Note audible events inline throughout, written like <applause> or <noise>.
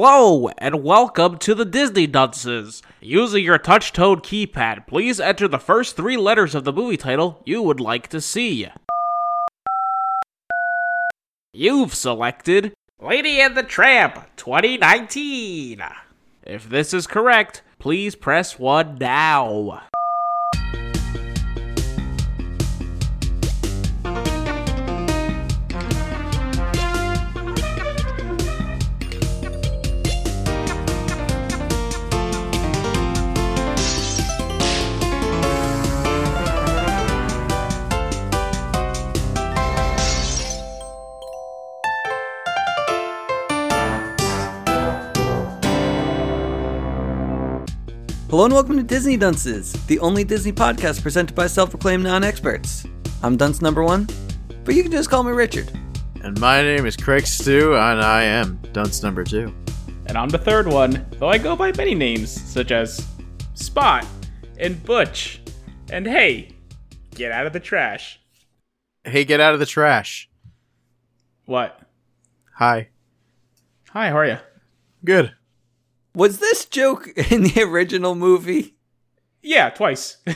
Hello, and welcome to the Disney Dunces. Using your touch tone keypad, please enter the first three letters of the movie title you would like to see. You've selected Lady and the Tramp 2019. If this is correct, please press 1 now. Hello and welcome to Disney Dunces, the only Disney podcast presented by self proclaimed non experts. I'm dunce number one, but you can just call me Richard. And my name is Craig Stew, and I am dunce number two. And I'm the third one, though I go by many names, such as Spot and Butch. And hey, get out of the trash. Hey, get out of the trash. What? Hi. Hi, how are you? Good. Was this joke <laughs> in the original movie? Yeah, twice. <laughs>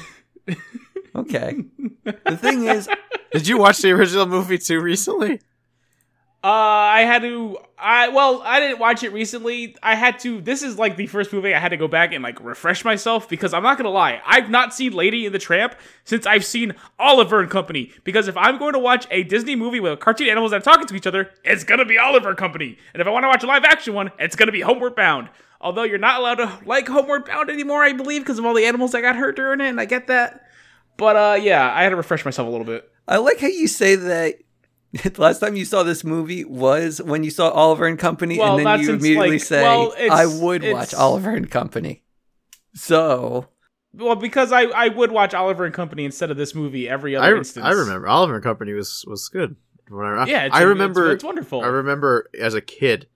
Uh, Okay. the thing is, Did you watch the original movie <laughs> too recently? uh, I had to. I well, I didn't watch it recently. I had to. This is like the first movie I had to go back and like refresh myself because I'm not gonna lie, I've not seen Lady and the Tramp since I've seen Oliver and Company. Because if I'm going to watch a Disney movie with cartoon animals that are talking to each other, it's gonna be Oliver and Company. And if I want to watch a live action one, it's gonna be Homeward Bound. Although you're not allowed to like Homeward Bound anymore, I believe, because of all the animals that got hurt during it, and I get that. But uh, yeah, I had to refresh myself a little bit. I like how you say that <laughs> the last time you saw this movie was when you saw Oliver and Company, Well, and then that's you since, immediately like- say, well, it's- I would it's- watch Oliver and Company. So, Well, because I, I would watch Oliver and Company instead of this movie every other I, instance. I remember Oliver and Company was was good. When I, Yeah, it's, I it's- remember. It's, wonderful. I remember as a kid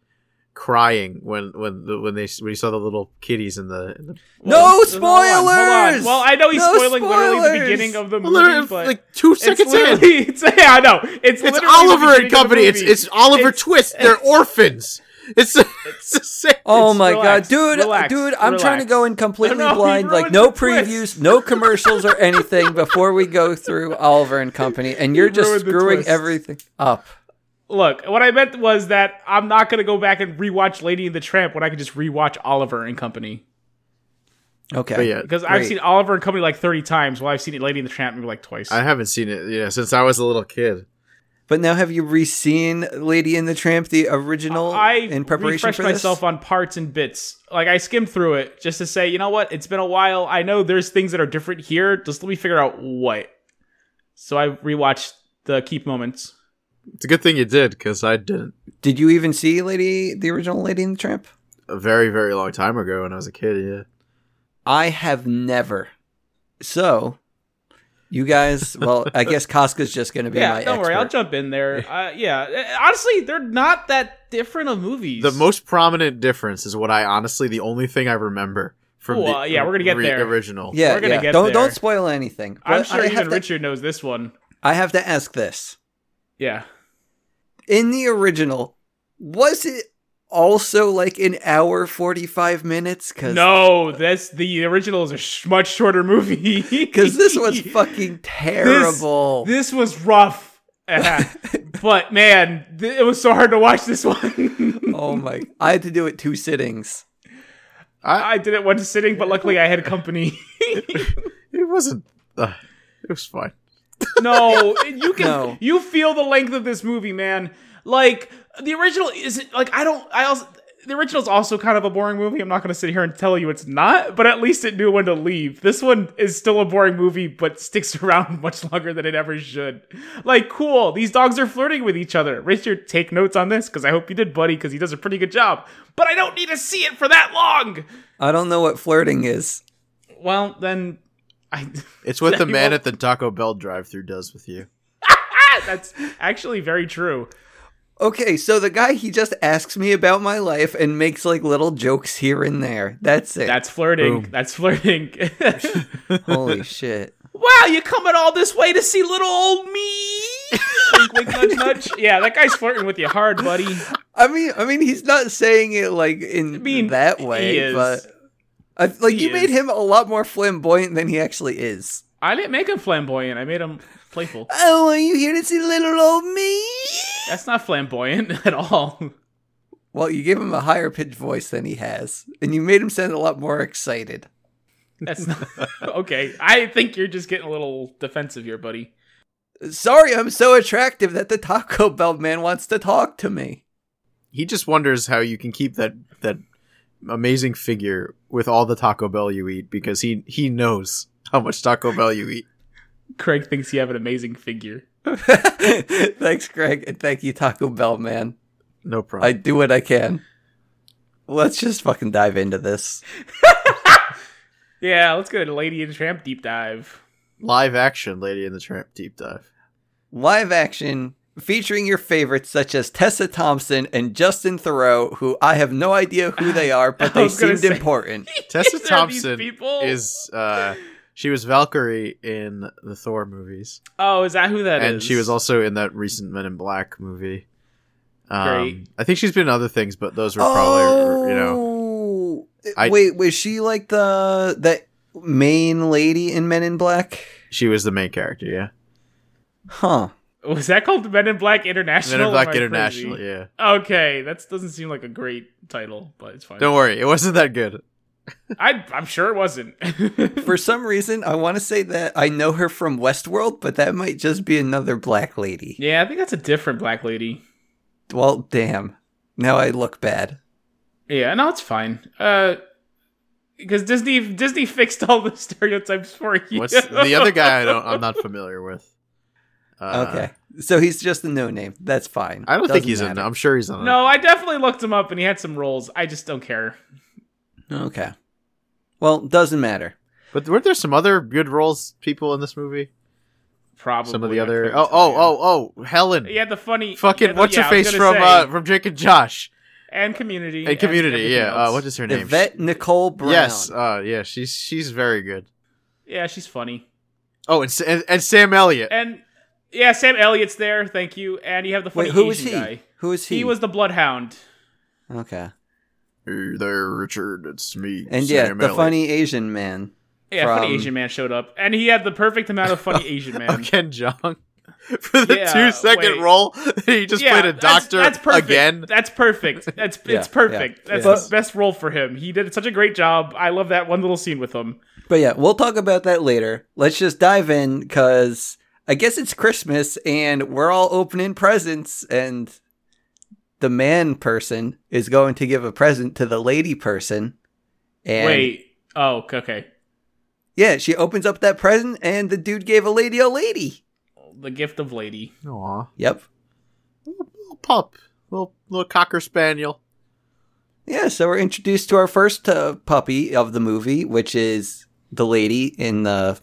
crying when when the, when they when you saw the little kitties in the, in the hold no on, hold on. spoilers! Well, I know he's No spoiling literally the spoilers! beginning of the movie, Literally, but like two it's seconds in. literally- <laughs> It's, yeah, I know. It's It's literally the Oliver and beginning of the Company. It's movie. it's Oliver It's- Twist. They're orphans. It's it's the <laughs> same. Oh It's- my relax, god, dude, relax, dude, I'm trying to relax. go in <laughs> completely No, no, you blind, like ruined no the twist. <laughs> previews, no commercials or anything before we go through Oliver and Company, and you're You just ruined the screwing twist. everything up. Look, what I meant was that I'm not gonna go back and rewatch Lady and the Tramp when I can just rewatch Oliver and Company Okay, But yeah, because I've Great. seen Oliver and Company like 30 times, while I've seen Lady and the Tramp maybe like twice. I haven't seen it yeah since I was a little kid. but now have you re-seen Lady and the Tramp, the original, I in preparation refreshed for myself this? on parts and bits. Like I skimmed through it just to say, you know what? It's been a while. I know there's things that are different here. Just let me figure out what. So I rewatched the keep moments. It's a good thing you did because I didn't. Did you even see Lady, the original Lady and the Tramp? a very very long time ago when I was a kid. Yeah, I have never. So, you guys, well, <laughs> I guess Casca's just going to be Yeah, my don't worry. I'll expert. jump in <laughs> there. Uh, yeah, Uh, honestly, they're not that different of movies. the most prominent difference is what I honestly the only thing I remember from Well, the uh, yeah, we're gonna get there. original. yeah, we're gonna yeah. get don't there. don't spoil anything. I'm but sure I even have, to, Richard knows this one. I have to ask this. Yeah. in the original, was it also like an hour forty five minutes? Because No, that's the original is a sh- much shorter movie. <laughs> because <laughs> this was fucking terrible. This was rough. Uh, but man, th- it was so hard to watch this one. oh my! I had to do it two sittings. <laughs> I did it one sitting, but luckily I had company. <laughs> It wasn't. Uh, it was fine. no, you can No. you feel the length of this movie, man. Like the original isn't like I don't I also the original's also kind of a boring movie. I'm not going to sit here and tell you it's not, but at least it knew when to leave. This one is still a boring movie, but sticks <laughs> around much longer than it ever should. Like, cool, these dogs are flirting with each other. Richard, take notes on this because I hope you did, buddy, because he does a pretty good job. But I don't need to see it for that long. I don't know what flirting is. Well, then, I. <laughs> It's what the You man won't- at the Taco Bell drive-through does with you. Ah, that's actually very true. Okay, so the guy he just asks me about my life and makes like little jokes here and there. <laughs> That's it. That's flirting. Boom. That's <laughs> flirting. Holy shit. wow, you coming all this way to see little old me? Wink, wink, nudge, nudge. Yeah, that guy's flirting with you hard, buddy. I mean, I mean, he's not saying it like in mean, that he way, is. but I, like He you made is. him a lot more flamboyant than he actually is. I didn't make him flamboyant. I made him playful. Oh, are you here to see little old me? That's not flamboyant <laughs> at all. Well, you gave him a higher pitched voice than he has, and you made him sound a lot more excited. That's not <laughs> okay. I think you're just getting a little defensive here, buddy. Sorry, I'm so attractive that the Taco Bell man wants to talk to me. <laughs> <laughs> He just wonders how you can keep that that amazing figure with all the Taco Bell you eat because he he knows how much Taco Bell you eat. Craig thinks you have an amazing figure. Thanks, Greg, and thank you, Taco Bell man. No problem. I do what I can. Let's just fucking dive into this. Yeah, let's go to Lady and Tramp deep <laughs> dive. Live action Lady and the Tramp <laughs> deep dive. live action featuring your favorites such as Tessa Thompson and Justin Thoreau, who I have no idea who they are, <laughs> but I they was gonna seemed say- important. Tessa These are these Thompson people? is uh she was Valkyrie in the Thor movies. Oh, is that who that is? and she was also in that recent Men in Black movie. Um, Great. I think she's been in other things, but those were probably you know Oh! I- wait, was she like the that main lady in Men in Black? she was the main character. Yeah, Huh. was that called Men in Black International? Men in Am I Black crazy? International. Yeah, Okay, that doesn't seem like a great title, but it's fine. don't worry, it wasn't that good. I, I'm sure it wasn't. <laughs> For some reason, I want to say that I know her from Westworld, but that might just be another black lady. yeah, I think that's a different black lady. Well, damn. Now I look bad. Yeah, no, it's fine. Uh, because Disney Disney fixed all the <laughs> stereotypes for you. What's the other guy? I don't. I'm not <laughs> familiar with. Uh, Okay. So he's just a no name. That's fine. I don't think Doesn't he's in. matter. I'm sure he's <laughs> on. No, I definitely looked him up, and he had some roles. I just don't care. Okay. Well, doesn't matter. But weren't there some other good roles people in this movie? Probably some of the I other. think Oh, so, yeah. oh, oh, oh, Helen. He had the funny Fucking yeah, the- what's yeah, your I was face gonna from say. uh, from Drake and Josh and community and Community? everything Yeah. Uh, else. what is her name? Yvette Nicole Brown. Yes. Uh, yeah. She's she's very good. yeah, she's funny. Oh, and, Sa- and, and Sam Elliott. And yeah, Sam Elliott's there. Thank you. And you have the funny Wait, who was Asian he? guy. Who was he? He was the Bloodhound. okay. Hey there, Richard. It's me. And yeah, the <laughs> funny Asian man. Yeah, funny From- Asian man showed up, and he had the perfect amount of <laughs> funny Asian man. of Um, Ken Jong <laughs> for the Yeah, two second wait. role. <laughs> He just played a that's- doctor that's, perfect. again. That's perfect. <laughs> That's Yeah, it's perfect. yeah, that's yeah. the best role for him. He did such a great job. I love that one little scene with him. But yeah, we'll talk about that later. Let's just dive in because I guess it's Christmas and we're all opening presents and the man person is going to give a present to the lady person. And Wait. Oh, okay, okay. Yeah, she opens up that present and the dude gave a lady a lady. The gift of lady. Aw, Yep. little pup, little little cocker spaniel. Yeah, so we're introduced to our first uh, puppy of the movie, which is the lady in the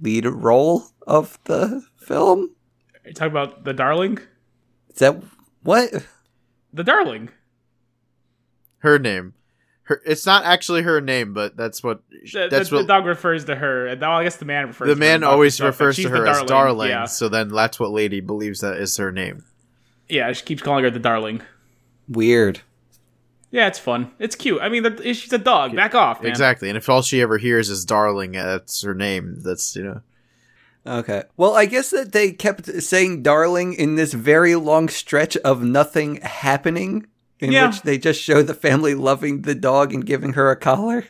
lead role of the film. Are you talking about the darling? Is that what? The darling. Her name. Her, it's not actually her name, but that's what The, that's the, what the dog refers to her. and Well, I guess the man refers. the to man her, always stuff, but refers she's to the her as darling. Yeah. So then that's what Lady believes that is her name. yeah, she keeps calling her the darling. Weird. Yeah, it's fun. It's cute. I mean, the, she's a dog. Back off, man. Exactly. And if all she ever hears is darling, that's her name. That's you know. Okay. Well, I guess that they kept saying darling in this very long stretch of nothing happening, in Yeah. which they just show the family loving the dog and giving her a collar.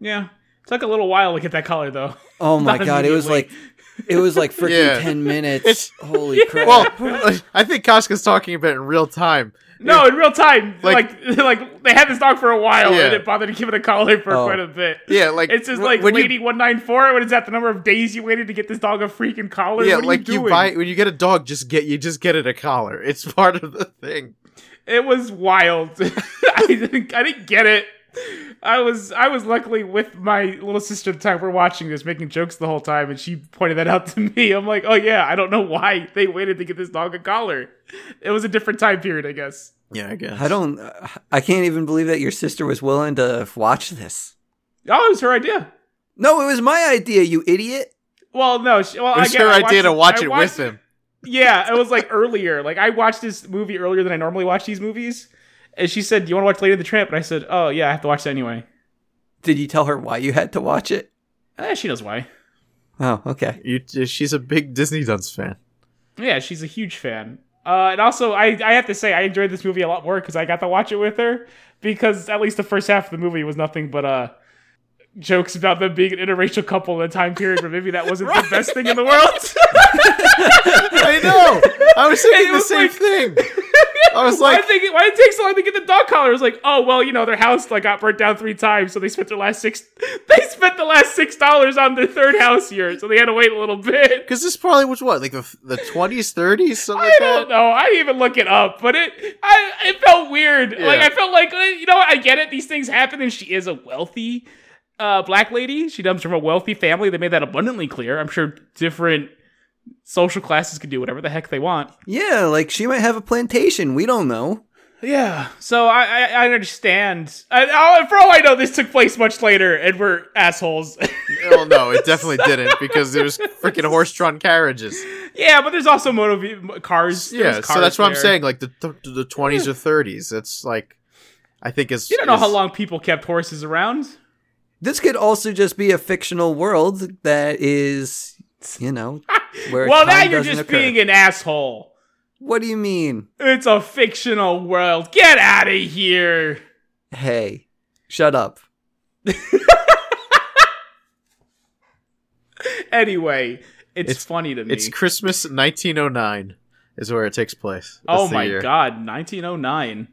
Yeah. Took a little while to get that color though. <laughs> Oh my Not god, it was like immediately. it was like freaking Yeah. 10 minutes. <laughs> It's- Holy crap. <laughs> Well, I think Casca's talking about it in real time. No, in real time, like Like- like, <laughs> they had this dog for a while Yeah. and it bothered to give it a collar for Oh. quite a bit. Yeah, like It's just wh- like when you- lady one nine four. What is that? The number of days you waited to get this dog a freaking collar? yeah, what are like you you, doing? buy when you get a dog, just get you just get it a collar. It's <laughs> part of the thing. it was wild. <laughs> I didn't, I didn't get it. I was I was luckily with my little sister at the time. We're watching this, making jokes the whole time, and she pointed that out to <laughs> me. I'm like, oh yeah, I don't know why they waited to get this dog a collar. It was a different time period, I guess. Yeah, I guess. I don't. I can't even believe that your sister was willing to watch this. Oh, it was her idea. No, it was my idea, you idiot. Well, no. She, well, It was I get, her I idea watched to watch I it watched with him. yeah, it was like earlier. Like I watched this movie earlier than I normally watch these movies. And she said, Do you want to watch Lady and the Tramp? And I said, Oh yeah, I have to watch that anyway. Did you tell her why you had to watch it? Eh, she knows why. Oh, okay. You, she's a big Disney Dunce fan. Yeah, she's a huge fan. Uh, and also, I, I have to say, I enjoyed this movie a lot more because I got to watch it with her. Because at least the first half of the movie was nothing but uh, jokes about them being an interracial couple in a time period where maybe that <laughs> wasn't the best thing in the world. <laughs> <laughs> I know. I was thinking It the was same like- thing. <laughs> I was why, like, did they, why did it take so long to get the dog collar? It was like, oh well, you know, their house like got burnt down three times, so they spent their last six. <laughs> They spent the last six dollars on their third house here, so they had to wait a little bit. because this probably was what, like the the twenties, thirties, something I like don't that. know. I didn't even look it up, but it I it felt weird. Like Yeah. I felt like eh, you know, I get it. These things happen, and she is a wealthy uh, black lady. She comes from a wealthy family. They made that abundantly clear. I'm sure different social classes can do whatever the heck they want. Yeah, like she might have a plantation. We don't know. Yeah. So I I, I understand. I, I, for all I know, this took place much later, and we're assholes. <laughs> Well, no, it definitely didn't because there was freaking horse-drawn carriages. yeah, but there's also motor ve- cars. There's Yeah, cars so that's what I'm there. saying. Like the th- the twenties or thirties. That's like, I think is You don't know is- how long people kept horses around. This could also just be a fictional world that is, <laughs> you know, where Well, now time you're doesn't just occur. being an asshole. What do you mean? It's a fictional world. Get out of here. Hey, shut up. Anyway, it's, It's- funny to me. It's Christmas 1909 is where it takes place. That's oh the my year. god, 1909.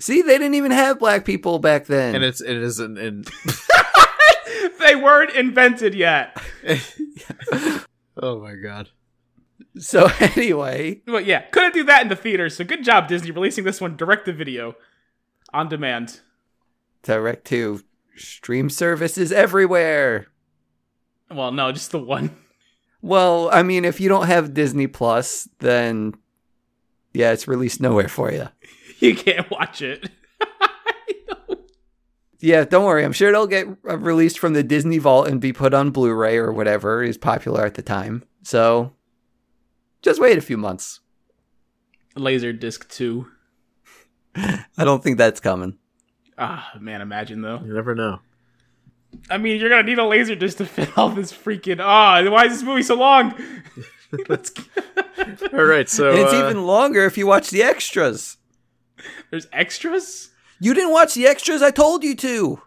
See, they didn't even have black people back then. And it's it is an, an <laughs> They weren't invented yet. oh my god. so <laughs> anyway, But yeah, couldn't do that in the theater. So good job, Disney, releasing this one direct to video, on demand. direct to stream services everywhere. Well, no, just the one. <laughs> Well, I mean, if you don't have Disney Plus, then yeah, it's released nowhere for you. You can't watch it. Yeah, don't worry. I'm sure it'll get uh, released from the Disney Vault and be put on Blu-ray or whatever is popular at the time. So just wait a few months. Laser disc two. I don't think that's coming. Ah, man, imagine though. You never know. I mean, you're gonna need a laser disc to fit all this freaking. Ah, why is this movie so long? Let's. All right, so And it's uh, even longer if you watch the extras. <laughs> There's extras? You didn't watch the extras I told you to.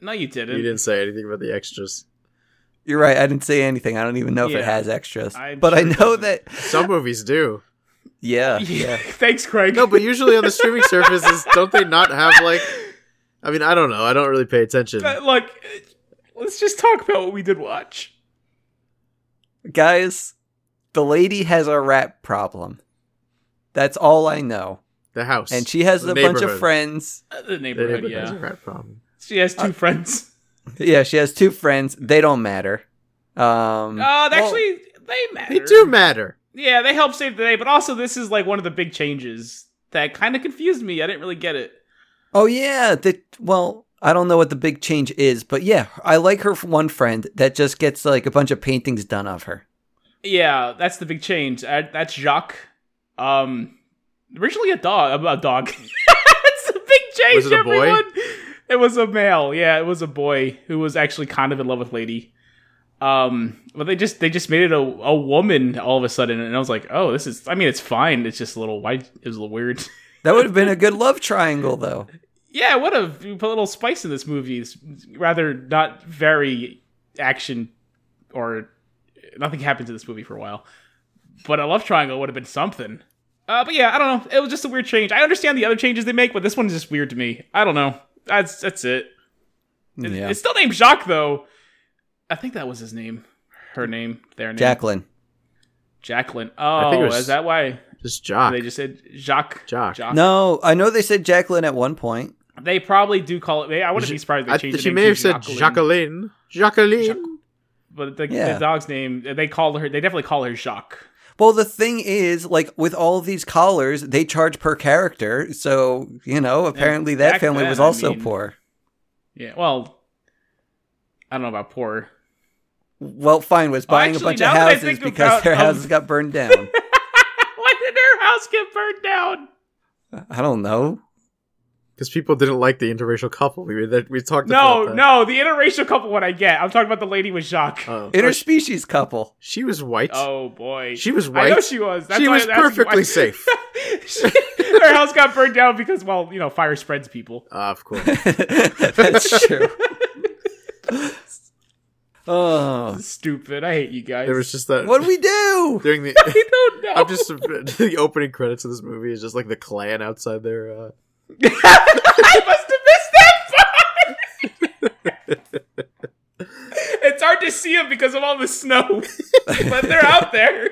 No, you didn't. you didn't say anything about the extras. You're right. I didn't say anything. I don't even know if it Yeah. has extras. I'm but I sure it know doesn't. that Some movies do. <laughs> yeah. Yeah. Thanks, Craig. No, but usually on the streaming services, don't they not have like? I mean, I don't know. I don't really pay <laughs> attention. Uh, Look, let's just talk about what we did watch. Guys, the lady has a rat problem. That's all I know. The house And she has The a bunch of neighborhood. friends. Uh, The The neighborhood, neighborhood has yeah. a rat problem. She has two friends. Yeah, she has two friends. They don't matter. Um, Uh, well, actually, they matter. They do matter. Yeah, they help save the day, but also this is like one of the big changes that kind of confused me. I didn't really get it. oh yeah. The, well, I don't know what the big change is, but yeah, I like her f- one friend that just gets like a bunch of paintings done of her. Yeah, that's the big change. Uh, that's Jacques. Um, originally a dog. A, a dog. <laughs> it's a big change. Was it a boy? everyone. It was a male. Yeah, it was a boy who was actually kind of in love with Lady. Um, but they just they just made it a a woman all of a sudden, and I was like, oh, this is. I mean, it's fine. It's just a little why it was a little weird. <laughs> That would have been a good love triangle, though. Yeah, what have you put a little spice in this movie? It's rather not very action or nothing happens in this movie for a while. But a love triangle would have been something. Uh, but yeah, I don't know. It was just a weird change. I understand the other changes they make, but this one's just weird to me. I don't know. That's that's it. It- Yeah. It's still named Jacques though. I think that was his name. Her name. Their name. Jacqueline. Jacqueline. I Oh, think it was- is that why Just jock. they just said Jacques? Jacques. Jacques. No, I know they said Jacqueline at one point. They probably do call it. I wouldn't be surprised if they I- changed. the she name may to have said Jacqueline. Jacqueline. But the, Yeah. the dog's name, they call her. They definitely call her Jacques. Well, the thing is, like with all these collars, they charge per character. So you know, apparently that back family then, was I also mean- poor. Yeah. Well, I don't know about poor. <laughs> Well, fine was buying actually, a bunch now of that I houses think because about, their um, houses got burned down. Why did her house get burned down? I don't know. because people didn't like the interracial couple. We that we talked No, about. no, the interracial couple one I get. I'm talking about the lady with Jacques. no. <laughs> Interspecies couple. Oh. she was white. oh boy. She was I know white. she was. That's she why was I'm asking perfectly why- <laughs> safe. She- her house got burned down because, well, you know, fire spreads people. Ah, of course. That's true. <laughs> oh, Stupid. I hate you guys. There was <laughs> just that what do we do? <laughs> during the. I don't know. <laughs> I'm just the opening credits of this movie is just like the clan outside their. Uh, I must have missed that part. it's hard to see them because of all the snow, but they're out there.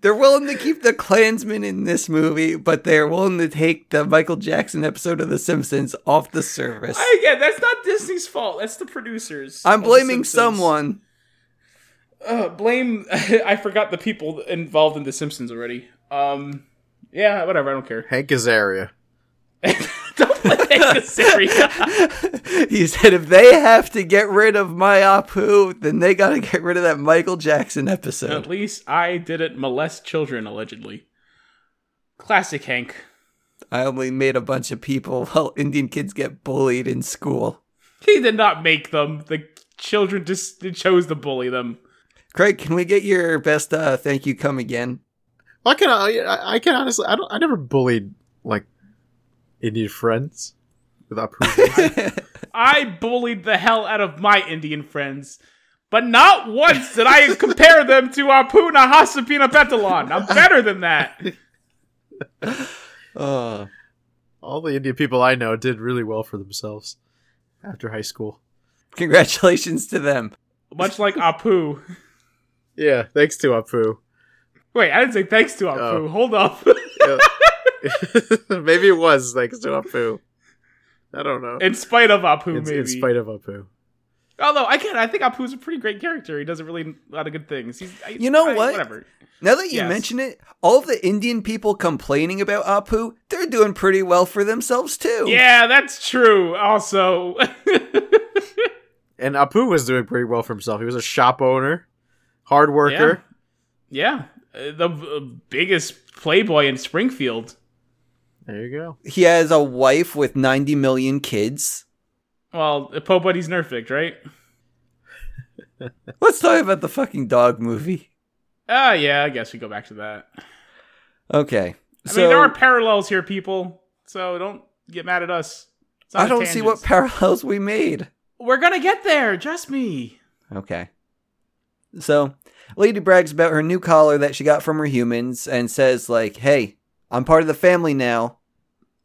They're willing to keep the Klansmen in this movie, but they're willing to take the Michael Jackson episode of The Simpsons off the service. I, yeah, that's not Disney's fault. That's the producers. of I'm The blaming Simpsons. someone. Uh, blame. <laughs> I forgot the people involved in The Simpsons already. Um. Yeah, whatever. I don't <laughs> care. Hank Azaria. don't play <laughs> that Syria. he said, if they have to get rid of my Apu, then they got to get rid of that Michael Jackson At episode. least I didn't molest children allegedly. Classic Hank. I only made a bunch of people while Indian kids get bullied in school. He did not make them. The children just chose to bully them. Craig, can we get your best uh, thank you come again? <laughs> I can I, I can honestly I don't I never bullied like Indian friends <laughs> without proof. I bullied the hell out of my Indian friends, but not once did I <laughs> compare them to Apu Nahasapina Petalon. I'm better than <laughs> that. Uh, All the Indian people I know did really well for themselves after high school. congratulations to them. Much like Apu. Yeah, thanks to Apu. Wait, I didn't say thanks to Apu. Oh. Hold up. <laughs> <laughs> maybe it was thanks to Apu. I don't know. in spite of Apu, in, maybe. in spite of Apu. Although I can, I think Apu's a pretty great character. He does a really a lot of good things. He's, I- You know I- what? Whatever. Now that you Yes. mention it, all of the Indian people complaining about Apu, they're doing pretty well for themselves too. Yeah, that's true. Also, <laughs> And Apu was doing pretty well for himself. He was a shop owner, hard worker. yeah, uh, the uh, biggest playboy in Springfield. There you go. He has a wife with 90 million kids. Well, Poe Buddy's nerfed, right? Let's talk about the fucking dog movie. Ah, yeah, I guess we go back to that. Okay. I so mean, there are parallels here, people. So don't get mad at us. It's not I a don't see what tangent. parallels we made. We're gonna get there. Trust me. Okay. So, Lady brags about her new collar that she got from her humans and says, like, hey, I'm part of the family now.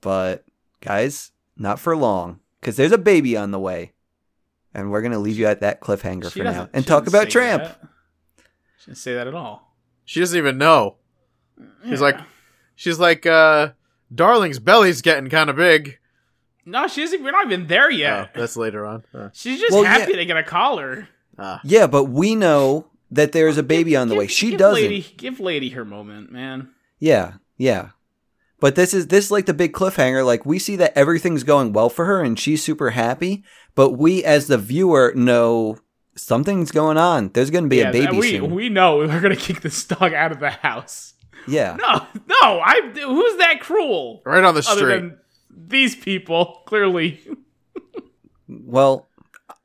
But, guys, not for long, because there's a baby on the way. And we're going to leave you at that cliffhanger She for now doesn't- and she talk didn't about say Tramp. that. She didn't say that at all. She doesn't even know. She's Yeah. like she's like uh darling's belly's getting kind of big. no, she isn't. We're not even there Yeah, yet. that's later on. Uh, She's just Oh. Well, happy yeah. to get a collar. <laughs> ah. Yeah, but we know that there's a baby on the way. Give- She give doesn't. Lady, give lady her moment, man. Yeah, yeah. But this is this is like the big cliffhanger. Like we see that everything's going well for her and she's super happy, but we as the viewer know something's going on. There's going to be a that- baby we soon. we know <laughs> we're gonna kick this dog out of the house. yeah. No, no, I. Who's that cruel? Right on the Other street. than these people, clearly. Well,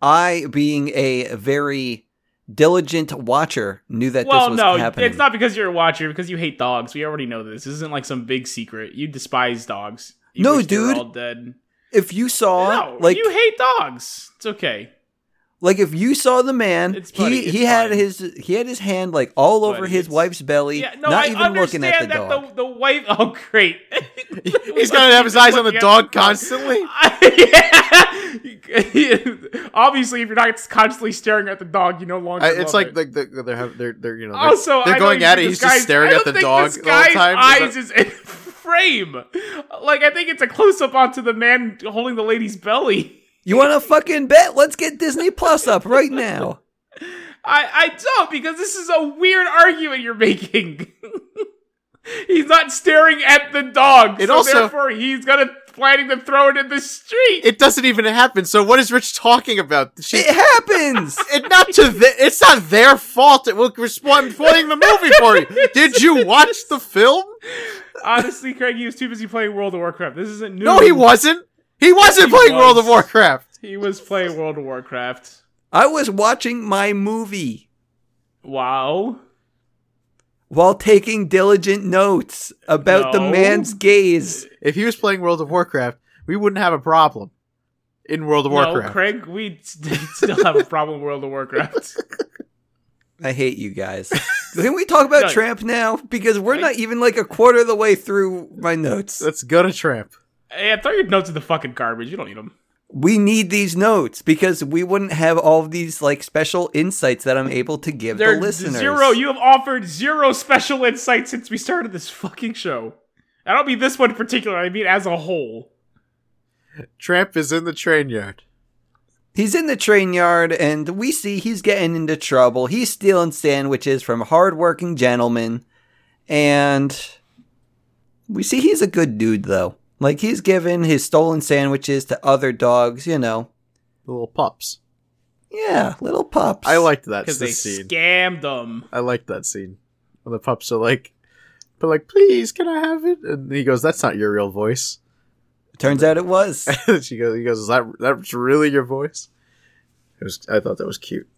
I being a very diligent watcher knew that well, this was no, happening. it's not because you're a watcher. Because you hate dogs. We already know this. This isn't like some big secret. You despise dogs. You No, wish they were dude. all dead. if you saw no, like you hate dogs. It's okay. like if you saw the man, It's funny, he it's he had fine. his he had his hand like all over Buddy, his it's- wife's belly, Yeah, no, not I even looking understand at the that dog. the the wife. <laughs> Oh, great. <laughs> He's gonna have his eyes on the dog constantly. <laughs> yeah. <laughs> Obviously, if you're not constantly staring at the dog, you no longer. I, love it's like it. like they're, they're have they're they're you know they're, also they're I going don't at it. even He's think this just staring guy's- at the I dog don't the think whole this time. guy's He's Eyes is in <laughs> frame. Like I think it's a close up onto the man holding the lady's belly. You want to fucking bet? Let's get Disney Plus up right now. I I don't because this is a weird argument you're making. <laughs> he's not staring at the dog, It so also- therefore he's gonna planning to throw it in the street. It doesn't even happen. So what is Rich talking about? She, It happens. it not to the, it's not their fault. It, look, we're spoiling spoiling the movie for you. Did you watch the film? Honestly, Craig, he was too busy playing World of Warcraft. This isn't new. No, he wasn't. He wasn't He playing World of was. Warcraft. He was playing World of Warcraft. I was watching my movie Wow. while taking diligent notes about the No. man's gaze. If he was playing World of Warcraft, we wouldn't have a problem in World of No, Warcraft. Craig, we <laughs> st- still have a problem with World of Warcraft. I hate you <laughs> guys. Can we talk about No. Tramp now? Because we're I- not even like a quarter of the way through my notes. Let's go to Tramp. yeah, throw your notes in the fucking garbage. You don't need them. We need these notes because we wouldn't have all of these like special insights that I'm able to give They're the listeners. zero. You have offered zero special insight since we started this fucking show. I don't mean this one in particular. I mean as a whole. Tramp is in the train yard. He's in the train yard and we see he's getting into trouble. He's stealing sandwiches from hardworking gentlemen. And we see he's a good dude though. Like he's giving his stolen sandwiches to other dogs, you know. The little pups. Yeah, little pups. I liked that Because they scene. scammed them. I liked that scene. When the pups are like, but like, please, can I have it? And he goes, "That's not your real voice." Turns out it was. And <laughs> she goes, "He goes, is that that's really your voice?" It was. I thought that was cute.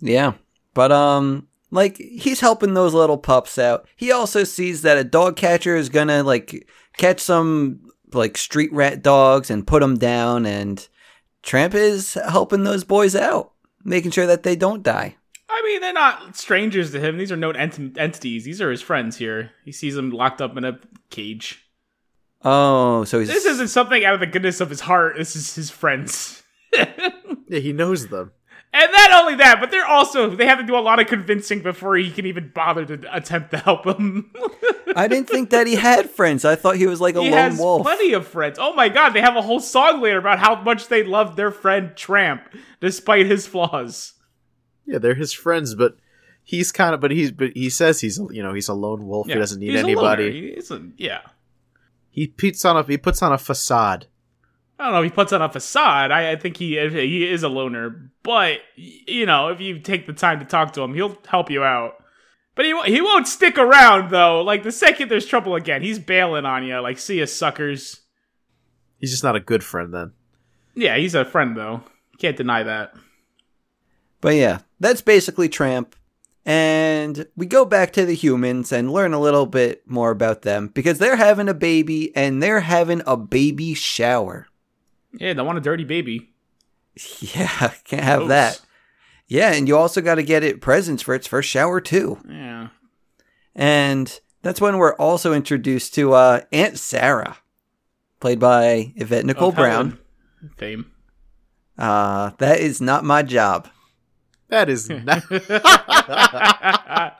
Yeah. But um like he's helping those little pups out. He also sees that a dog catcher is going to like catch some like street rat dogs and put them down and Tramp is helping those boys out, making sure that they don't die. I mean, they're not strangers to him. These are known ent- entities. These are his friends here. He sees them locked up in a cage. Oh, so he's This isn't something out of the goodness of his heart. This is his friends. Yeah, he knows them. And not only that, but they're also they have to do a lot of convincing before he can even bother to attempt to help him. <laughs> I didn't think that he had friends. I thought he was like a he lone has wolf. plenty of friends. Oh my god, they have a whole song later about how much they love their friend Tramp, despite his flaws. Yeah, they're his friends, but he's kind of. But he's. But he says he's. You know, he's a lone wolf. Yeah, He doesn't need he's a anybody. loner. He isn't- yeah. He puts on a. He puts on a facade. I don't know. He puts on a facade. I, I think he he is a loner, but y- you know, if you take the time to talk to him, he'll help you out. But he wo- he won't stick around though. Like the second there's trouble again, he's bailing on you. Like, see ya, suckers. He's just not a good friend. Then Yeah, he's a friend though. Can't deny that. But yeah, that's basically Tramp. And we go back to the humans and learn a little bit more about them because they're having a baby and they're having a baby shower. <laughs> Yeah, don't want a dirty baby. Yeah, can't have Gross. that. Yeah, and you also got to get it presents for its first shower too. Yeah. And that's when we're also introduced to uh, Aunt Sarah, played by Yvette Oh, Nicole Of Brown. Helen. Fame. Uh, that is not my job. <laughs> that is not. uh,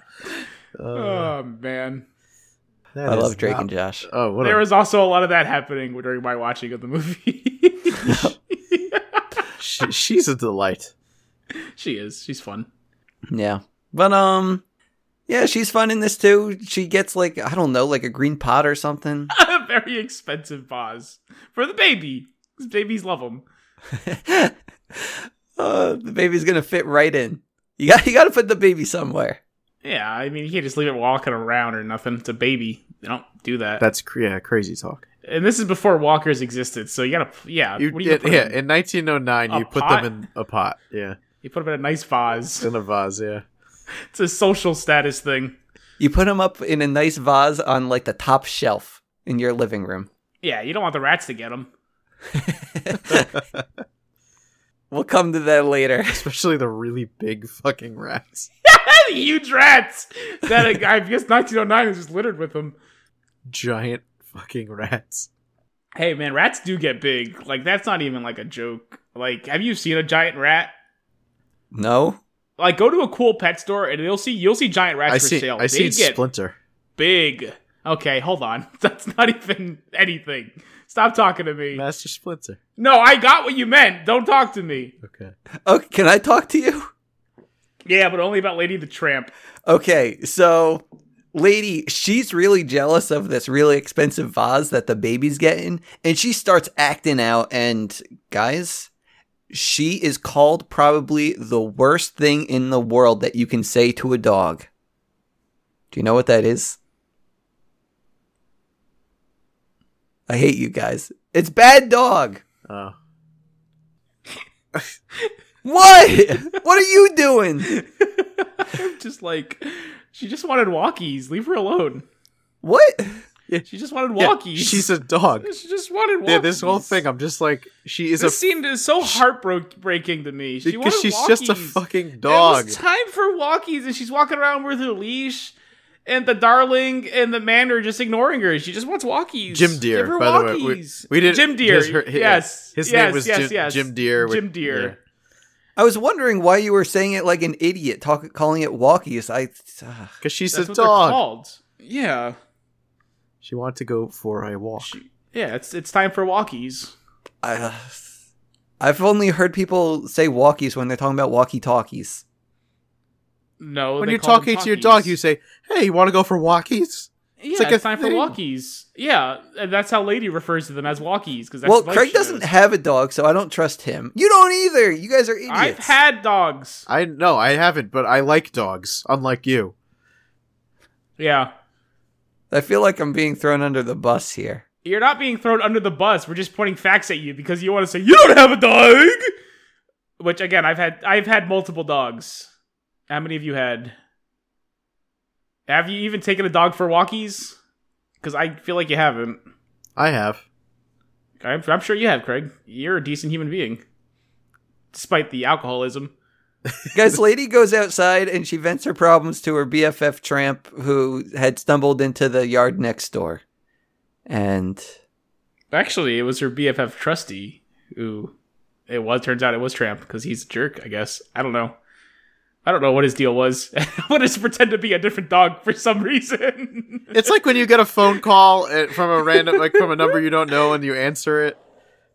oh man. that I is love Drake not- and Josh. Oh, whatever. There was also a lot of that happening during my watching of the movie. <laughs> <laughs> she, she's a delight. she is. She's fun. <laughs> Yeah. But um yeah, she's fun in this too. She gets like I don't know, like a green pot or something. <laughs> a very expensive vase for the baby. 'Cause Babies love them. uh, the baby's gonna fit right in. You got you gotta put the baby somewhere. Yeah, I mean, you can't just leave it walking around or nothing. It's a baby. They don't do that. That's cr- yeah, crazy talk. and this is before walkers existed, so you gotta, yeah. You, what do yeah, you, put 'em yeah, in? in 1909, A you put pot? them in a pot. Yeah, you put them in a nice vase. in a vase. Yeah, <laughs> It's a social status thing. You put him up in a nice vase on like the top shelf in your living room. Yeah, you don't want the rats to get them. We'll come to that later. <laughs> especially the really big fucking rats. <laughs> Huge rats. That I guess 1909 is just littered with them. Giant fucking rats. Hey man, rats do get big. Like that's not even like a joke. Like, have you seen a giant rat? No? Like, go to a cool pet store and you'll see you'll see giant rats I for see. sale. I they see get Splinter. big. Okay, hold on. <laughs> That's not even anything. Stop talking to me. Master Splinter. No, I got what you meant. Don't talk to me. Okay. Oh, can I talk to you? Yeah, but only about Lady the Tramp. Okay, so lady, she's really jealous of this really expensive vase that the baby's getting, and she starts acting out. And guys, she is called probably the worst thing in the world that you can say to a dog. Do you know what that is? I hate you guys. It's bad dog. Uh, What? what are you doing? <laughs> I'm just like, she just wanted walkies. Leave her alone. What? She just wanted yeah, walkies. she's a dog. <laughs> she just wanted walkies. Yeah, this whole thing, I'm just like, she is This a scene is so heartbreaking to me. She because wanted she's just a walkies. fucking dog. It was time for walkies, and she's walking around with her leash, and the darling and the man are just ignoring her. She just wants walkies. Jim Deere, Give her by the way, we- walkies. we didn't- Jim Deere. his- her- hi- yes, his yes, name was yes, Jim- yes. Jim Deere with- Jim Deere. I was wondering why you were saying it like an idiot, talk, calling it walkies. I. Uh, Because she's That's a what they're dog. called. Yeah, She wanted to go for a walk. yeah. It's it's time for walkies. I, uh, I've only heard people say walkies when they're talking about walkie talkies. No, when they you're call them talking to your dog, talkies. you say, "Hey, you want to go for walkies?" yeah, like a it's time thing. for walkies. Yeah, and that's how Lady refers to them as walkies because Well, Craig doesn't have a dog, so I don't trust him. You don't either. You guys are idiots. I've had dogs. I no, I haven't, but I like dogs, unlike you. Yeah. I feel like I'm being thrown under the bus here. You're not being thrown under the bus. We're just pointing facts at you because you want to say you don't have a dog. Which again, I've had I've had multiple dogs. How many of you had? Have you even taken a dog for walkies? Because I feel like you haven't. I have. I'm, I'm sure you have, Craig. You're a decent human being, despite the alcoholism. Guys, lady goes outside and she vents her problems to her BFF tramp who had stumbled into the yard next door. And Actually, it was her BFF trusty who it was. Turns out it was Tramp because he's a jerk. I guess I don't know. I don't know what his deal was. <laughs> I want to pretend to be a different dog for some reason. <laughs> It's like when you get a phone call uh, from a random, like from a number you don't know, and you answer it,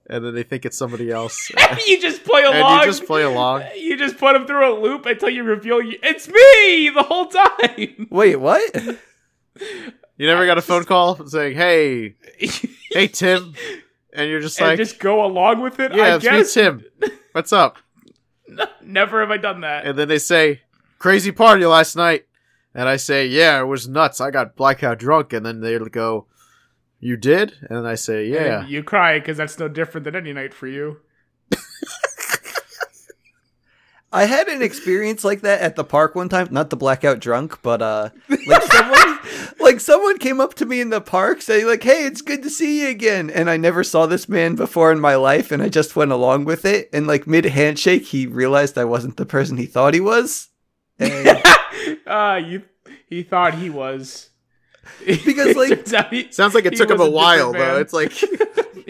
and then they think it's <laughs> somebody else, you just play along. and you just play along. You just put him through a loop until you reveal you, it's me the whole time. wait, what? <laughs> You never got a phone call saying, <laughs> "Hey, hey, Tim," and you're just and like, just go along with it. "Yeah, I it's me, guess Tim. What's up?" <laughs> never have I done that. And then they say, "Crazy party last night," and I say, "Yeah, it was nuts. I got blackout drunk." And then they'll go, "You did?" And then I say, "Yeah." And you cry because that's no different than any night for you. <laughs> I had an experience like that at the park one time. Not the blackout drunk, but uh, <laughs> like someone, like someone came up to me in the park saying, "Like, hey, it's good to see you again." And I never saw this man before in my life, and I just went along with it. And like mid handshake, he realized I wasn't the person he thought <laughs> he was. And- Uh, you. He thought he was. <laughs> Because, like- Turns out he- Sounds like it he took him was a while, different man. though. It's like <laughs> <laughs>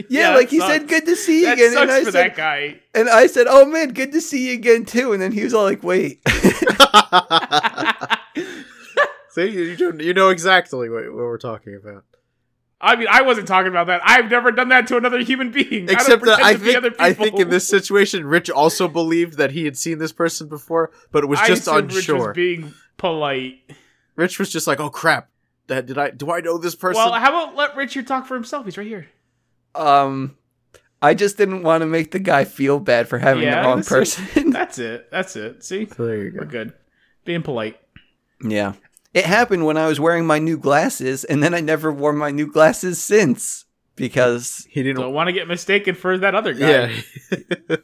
yeah, Yeah, like it he sucks. said, "Good to see you that again," and sucks I for said, that <laughs> guy. and I said, "Oh man, good to see you again too." And then he was all like, "Wait." <laughs> <laughs> <laughs> See, you, you don't- you know exactly what, what we're talking about. I mean, I wasn't talking about that. I've never done that to another human being. I don't Except that pretend I to be other think I people. think in this situation, Rich also believed that he had seen this person before, but was I just assumed Rich unsure. was being polite. Rich was just like, "Oh crap, that did I? Do I know this person?" Well, how about let Richard talk for himself? He's right here. um, I just didn't want to make the guy feel bad for having Yeah, the wrong this is- person. That's it. That's it. See, so there you we're go. <laughs> good. Being polite. Yeah. It happened when I was wearing my new glasses, and then I never wore my new glasses since. Because <laughs> He didn't. <laughs> Don't want to get mistaken for that other guy. yeah,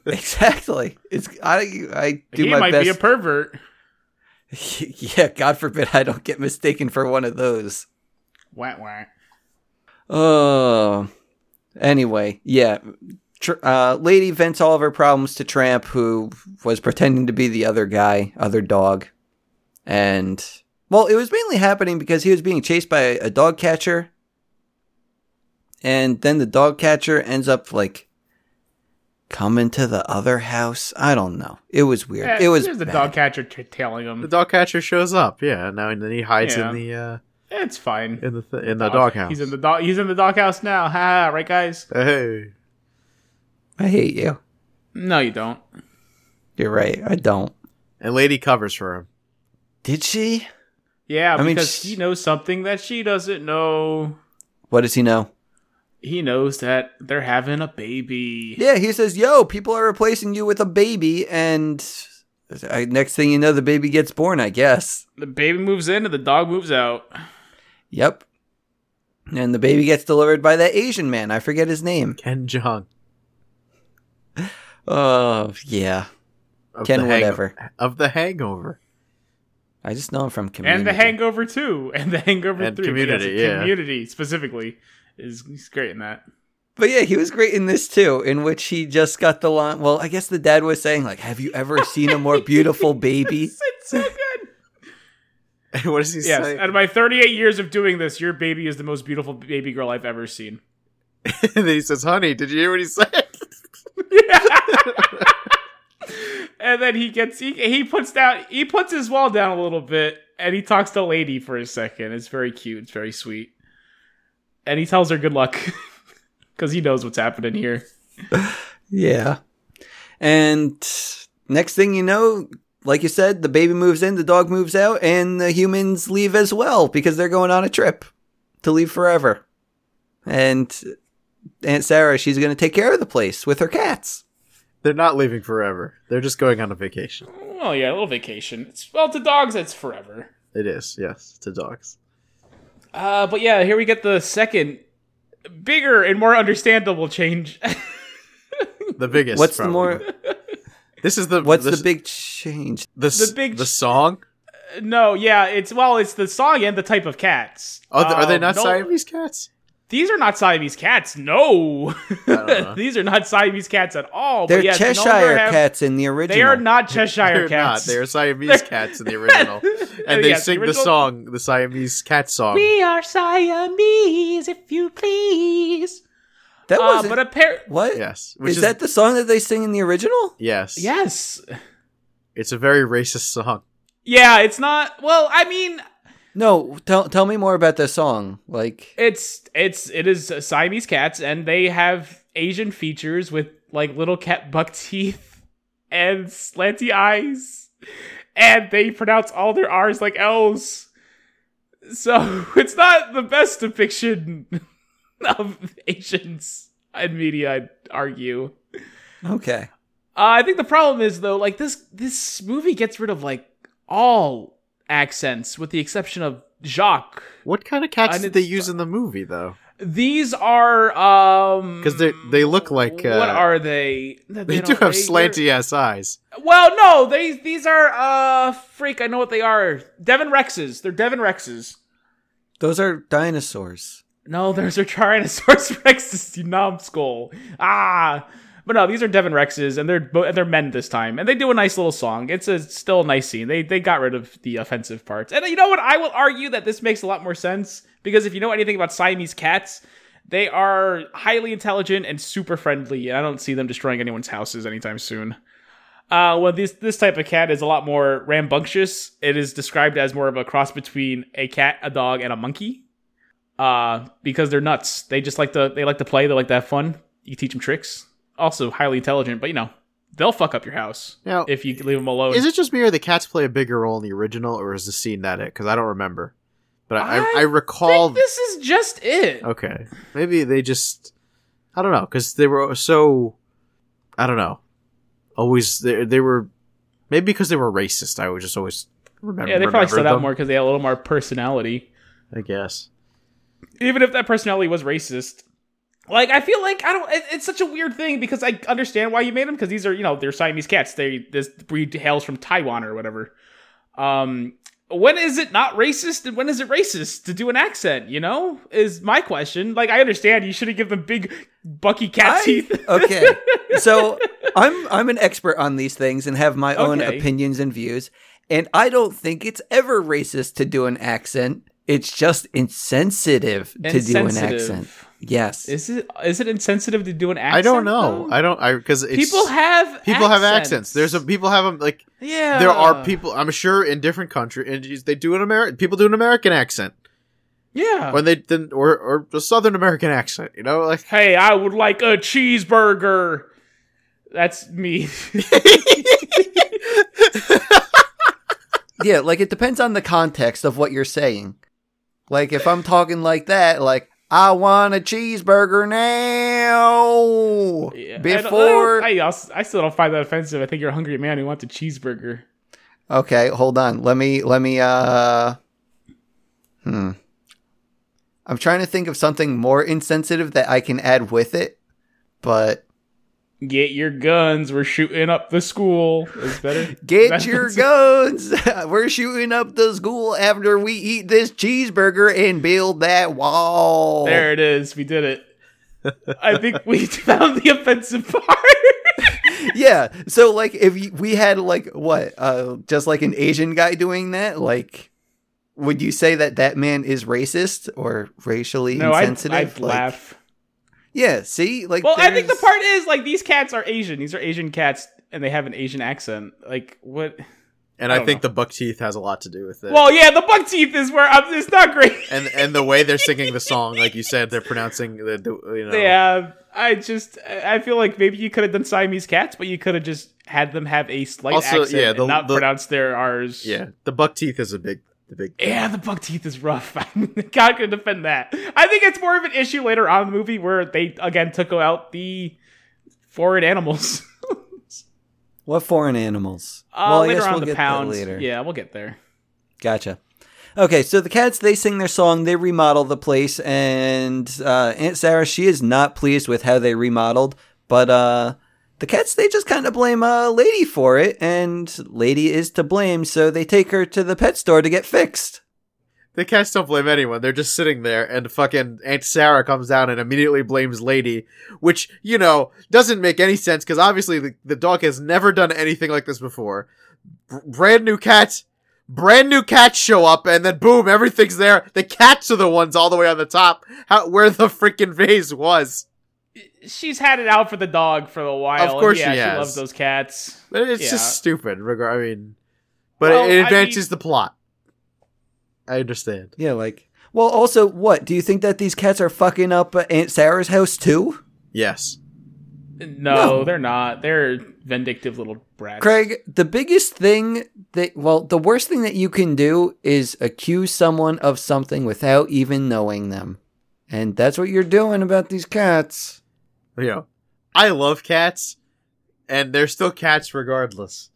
exactly, it's I I do he my might best. <laughs> be a pervert. yeah, God forbid I don't get mistaken for one of those. Wah, wah. Oh, anyway, yeah. Tr- uh, lady vents all of her problems to Tramp, who was pretending to be the other guy, other dog, and well, it was mainly happening because he was being chased by a dog catcher, and then the dog catcher ends up like coming to the other house. I don't know. It was weird. Yeah, it was Eh, there's the bad. dog catcher t- tailing the him. dog catcher shows up. Yeah, and now and then he hides Yeah. in the uh, It's fine. in the th- in the doghouse. He's in the dog. He's in the doghouse now. Ha! ha, Right, guys? Uh, Hey, I hate you. No, you don't. You're right. I don't. and lady covers for him. Did she? Yeah, I mean, because she- he knows something that she doesn't know. What does he know? He knows that they're having a baby. Yeah, he says, "Yo, people are replacing you with a baby," and I, next thing you know, the baby gets born. I guess. The baby moves in and the dog moves out. Yep. And the baby gets delivered by that Asian man. I forget his name. Ken Jong. Oh yeah, Of Ken the Hang- whatever. Of the hangover. <laughs> I just know him from Community. And the Hangover 2 <laughs> and the Hangover And 3. but yes, Community, yeah. Community specifically is he's great in that. But yeah, he was great in this too, in which he just got the line. Well, I guess the dad was saying like, "Have you ever seen a more beautiful <laughs> <laughs> baby?" It's, it's so <laughs> good. what does he yes, say? out of my 38 years of doing this, your baby is the most beautiful baby girl I've ever seen. <laughs> and then he says, "Honey, did you hear what he said?" <laughs> and then he gets he, he puts down he puts his wall down a little bit and he talks to lady for a second it's very cute it's very sweet and he tells her good luck <laughs> because he knows what's happening here Yeah. And next thing you know, like you said, the baby moves in, the dog moves out, and the humans leave as well because they're going on a trip to leave forever. And Aunt Sarah, she's going to take care of the place with her cats. They're not leaving forever. They're just going on a vacation. oh yeah a little vacation it's well to dogs it's forever It is, yes, to dogs. uh but yeah here we get the second bigger and more understandable change <laughs> The biggest. what's probably. the more? This is the What's this- the big change? the, s- the big- the song? no yeah it's well it's the song and the type of cats Are, th- are they Um, not no- <laughs> Siamese cats? These are not Siamese cats. No, know. <laughs> these are not Siamese cats at all. Uh-huh. They're but yes, Cheshire Noldor have- cats in the original. They are not Cheshire They're cats. Oh, not. <laughs> They're Siamese cats in the original, and they Yes, the sing the original- song, the Siamese cat song. we are Siamese, if you please. That Uh, wasn't. but <laughs> apparently, what? yes, which Is, that the song that they sing in the original? yes? yes, it's a very racist song. yeah, it's not. Well, I mean, No, tell tell me more about the song. Like, it's it's it is Siamese cats, and they have Asian features with like little cat buck teeth and slanty eyes, and they pronounce all their R's like L's. So <laughs> it's not the best depiction <laughs> of Asians in media, I'd argue. okay, Uh, I think the problem is though, like this this movie gets rid of like all accents with the exception of Jacques. What kind of cats And did they it's- use in the movie though? These are um 'Cause they- they look like, uh, what are they? No, They, do don't- have they- slanty ass eyes. they're- Well, no, they these are uh freak. I know what they are. Devon Rexes. They're Devon Rexes. those are dinosaurs. No, <laughs> those are Tyrannosaurus <laughs> Rexes, you numbskull. Ah, but no, these are Devon Rexes, and they're bo- and they're men this time, and they do a nice little song. It's a still a nice scene. They they got rid of the offensive parts, and you know what? I will argue that this makes a lot more sense because if you know anything about Siamese cats, they are highly intelligent and super friendly. and I don't see them destroying anyone's houses anytime soon. Uh, well, this this type of cat is a lot more rambunctious. It is described as more of a cross between a cat, a dog, and a monkey uh, because they're nuts. They just like to they like to play. They like to have fun. You teach them tricks. Also highly intelligent, but you know they'll fuck up your house Now, if you leave them alone. is it just me or the cats play a bigger role in the original, or is the scene that it? Because I don't remember, but I I I, I I recall. think this is just it. okay, maybe they just I don't know because they were so I don't know. Always they they were maybe because they were racist. I would just always remember. Yeah, they probably stood remembered out them, more because they had a little more personality. I guess. Even if that personality was racist, like I feel like I don't. It, it's such a weird thing because I understand why you made them because these are you know they're Siamese cats. They this breed hails from Taiwan or whatever. Um, when is it not racist and when is it racist to do an accent you know is my question like i understand you shouldn't give them big bucky cat <laughs> teeth okay, so I'm I'm an expert on these things and have my own Okay. opinions and views, and I don't think it's ever racist to do an accent. It's just insensitive to do an Insensitive. accent. Yes, is it is it insensitive to do an accent I don't know. though? I don't. I because people have people have accents. There's a people have them like yeah there are people. I'm sure in different country and they do an American people do an American accent yeah <laughs> when they then or or a Southern American accent. You know, like hey i would like a cheeseburger that's me yeah, like it depends on the context of what you're saying. Like if I'm talking like that, like I want a cheeseburger now. <laughs> Yeah, I don't- I don't- Before I, also- I still don't find that offensive. I think you're a hungry man who wants a cheeseburger. Okay, hold on. Let me let me uh hmm. I'm trying to think of something more insensitive that I can add with it, but Get your guns. We're shooting up the school. Is <laughs> better. get That's- <laughs> your guns. <laughs> We're shooting up the school after we eat this cheeseburger and build that wall. There it is. We did it. I think we <laughs> found the offensive <laughs> part. Yeah. So like if y- we had like what uh just like an Asian guy doing that, like would you say that that man is racist or racially no, I'd, insensitive? I'd Like, laugh. Yeah, see? Like Well, I think the there's- part is like these cats are Asian. These are Asian cats, and they have an Asian accent. Like what? Uh, And I I, don't think know. the buck teeth has a lot to do with it. Well, yeah, the buck teeth is where I'm, it's not great. and and the way they're singing the song, like you said, they're pronouncing the, the you know. <laughs> Yeah, I just I feel like maybe you could have done Siamese cats, but you could have just had them have a slight Also, accent yeah, the- and not the- pronounce their R's. Yeah, the buck teeth is a big, the big. Yeah, the buck teeth is rough. <laughs> God could defend that. I think it's more of an issue later on in the movie where they again took out the foreign animals. <laughs> What foreign animals? Uh, later on in the pound. Yeah, we'll get there. Gotcha. Okay, so the cats they sing their song, they remodel the place, and uh, Aunt Sarah she is not pleased with how they remodeled, but uh, the cats they just kind of blame uh, Lady for it, and Lady is to blame, so they take her to the pet store to get fixed. The cats don't blame anyone. They're just sitting there, and fucking Aunt Sarah comes down and immediately blames Lady, which you know doesn't make any sense because obviously the, the dog has never done anything like this before. Br- brand new cats, brand new cats show up, and then boom, everything's there. The cats are the ones all the way on the top, how, where the freaking vase was. She's had it out for the dog for a while. and course yeah, she has. loves those cats. But It's Yeah. just stupid. regar- I mean, but Well, it I advances the plot. I understand. Yeah, like well, also what do you think that these cats are fucking up Aunt Sarah's house too? Yes. No, No. they're not. They're vindictive little brats. Craig, the biggest thing that, well, the worst thing that you can do is accuse someone of something without even knowing them. And that's what you're doing about these cats. you know, I love cats, and they're still cats regardless.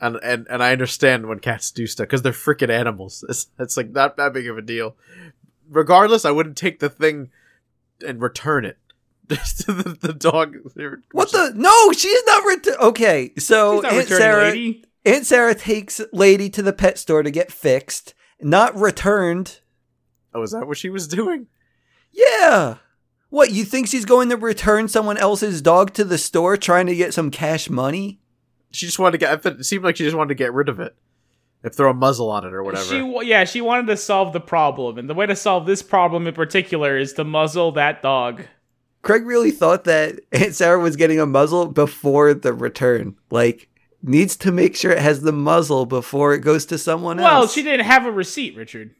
And and and I understand when cats do stuff because they're freaking animals. <laughs> It's it's like not that big of a deal. Regardless, I wouldn't take the thing and return it. <laughs> Just to the, the dog. What the? No, she's not. Ret- okay, so She's not Aunt returning Sarah, lady. Aunt Sarah takes Lady to the pet store to get fixed, not returned. Oh, is that what she was doing? Yeah. What, you think she's going to return someone else's dog to the store trying to get some cash money? She just wanted to get. I thought- It seemed like she just wanted to get rid of it, and throw a muzzle on it or whatever. She wa- yeah, she wanted to solve the problem, and the way to solve this problem in particular is to muzzle that dog. Craig really thought that <laughs> Aunt Sarah was getting a muzzle before the return. Like, needs to make sure it has the muzzle before it goes to someone Well, else. she didn't have a receipt, Richard.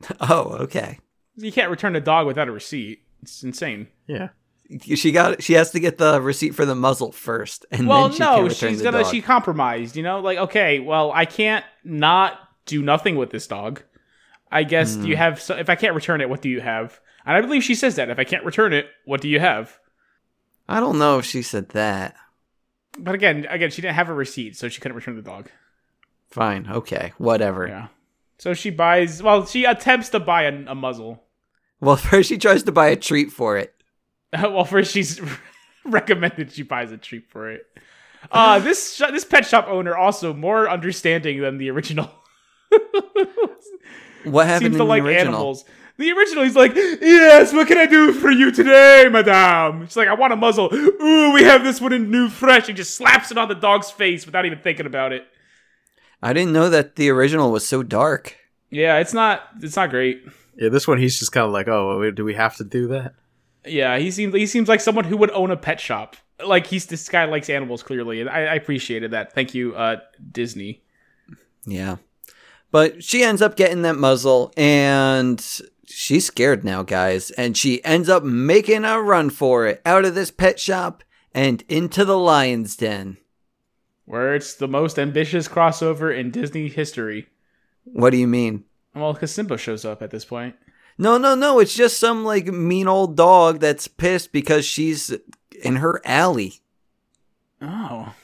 <laughs> Oh, okay. You can't return a dog without a receipt. It's insane. yeah. She got. She has to get the receipt for the muzzle first, and well, then she can no, return she's the gonna dog. she compromised. You know, like okay, well, I can't not do nothing with this dog. I guess Hmm. you have. So, if I can't return it, what do you have? And I believe she says that. If I can't return it, what do you have? I don't know if she said that. But again, again, she didn't have a receipt, so she couldn't return the dog. Fine. Okay. Whatever. Yeah. So she buys. Well, she attempts to buy a, a muzzle. Well, <laughs> first she tries to buy a treat for it. <laughs> well, first she's recommended she buys a treat for it. Uh, this sh- this pet shop owner also more understanding than the original. <laughs> What happened Seems to in like the original? animals. The original, he's like, "Yes, what can I do for you today, madame?" She's like, "I want a muzzle." Ooh, we have this one in new, fresh. He just slaps it on the dog's face without even thinking about it. I didn't know that the original was so dark. Yeah, it's not it's not great. Yeah. This one, he's just kind of like, oh, do we have to do that? <laughs> Yeah, he seems he seems like someone who would own a pet shop. Like he's this guy likes animals clearly, and I, I appreciated that. Thank you, uh, Disney. Yeah. But she ends up getting that muzzle and she's scared now, guys. And she ends up making a run for it out of this pet shop and into the lion's den. where it's the most ambitious crossover in Disney history. What do you mean? Well, because Simba shows up at this point. No, no, no. It's just some like mean old dog that's pissed because she's in her alley. Oh,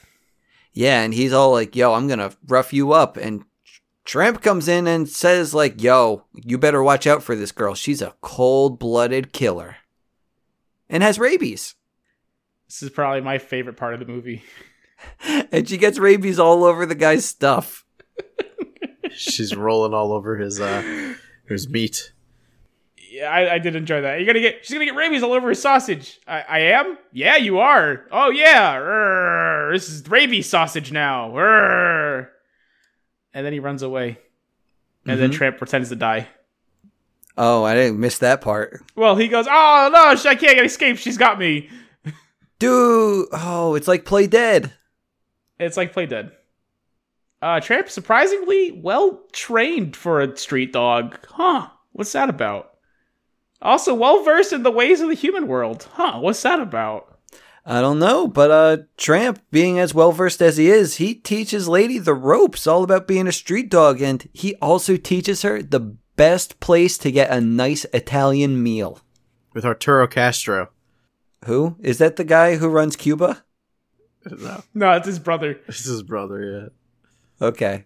Yeah, and he's all like, "Yo, I'm gonna rough you up." And Tramp comes in and says, "Like, yo, you better watch out for this girl. She's a cold-blooded killer, and has rabies. this is probably my favorite part of the movie. <laughs> And she gets rabies all over the guy's stuff." She's rolling all over his uh his meat. Yeah, I, I did enjoy that. You're gonna get she's gonna get rabies all over her sausage. I, I am. Yeah, you are. Oh yeah. Rrr. this is rabies sausage now. Rrr. And then he runs away, and then Mhm. Tramp pretends to die. Oh, I didn't miss that part, Well, he goes, "Oh no, sh- I can't escape. She's got me." dude. Oh, it's like play dead. It's like play dead. Uh, Tramp surprisingly well trained for a street dog, huh? What's that about? Also, well versed in the ways of the human world, huh? What's that about? I don't know, but uh, Tramp, being as well versed as he is, he teaches Lady the ropes all about being a street dog, and he also teaches her the best place to get a nice Italian meal. With Arturo Castro. Who is that? The guy who runs Cuba? No. No, it's his brother. This is his brother, Okay,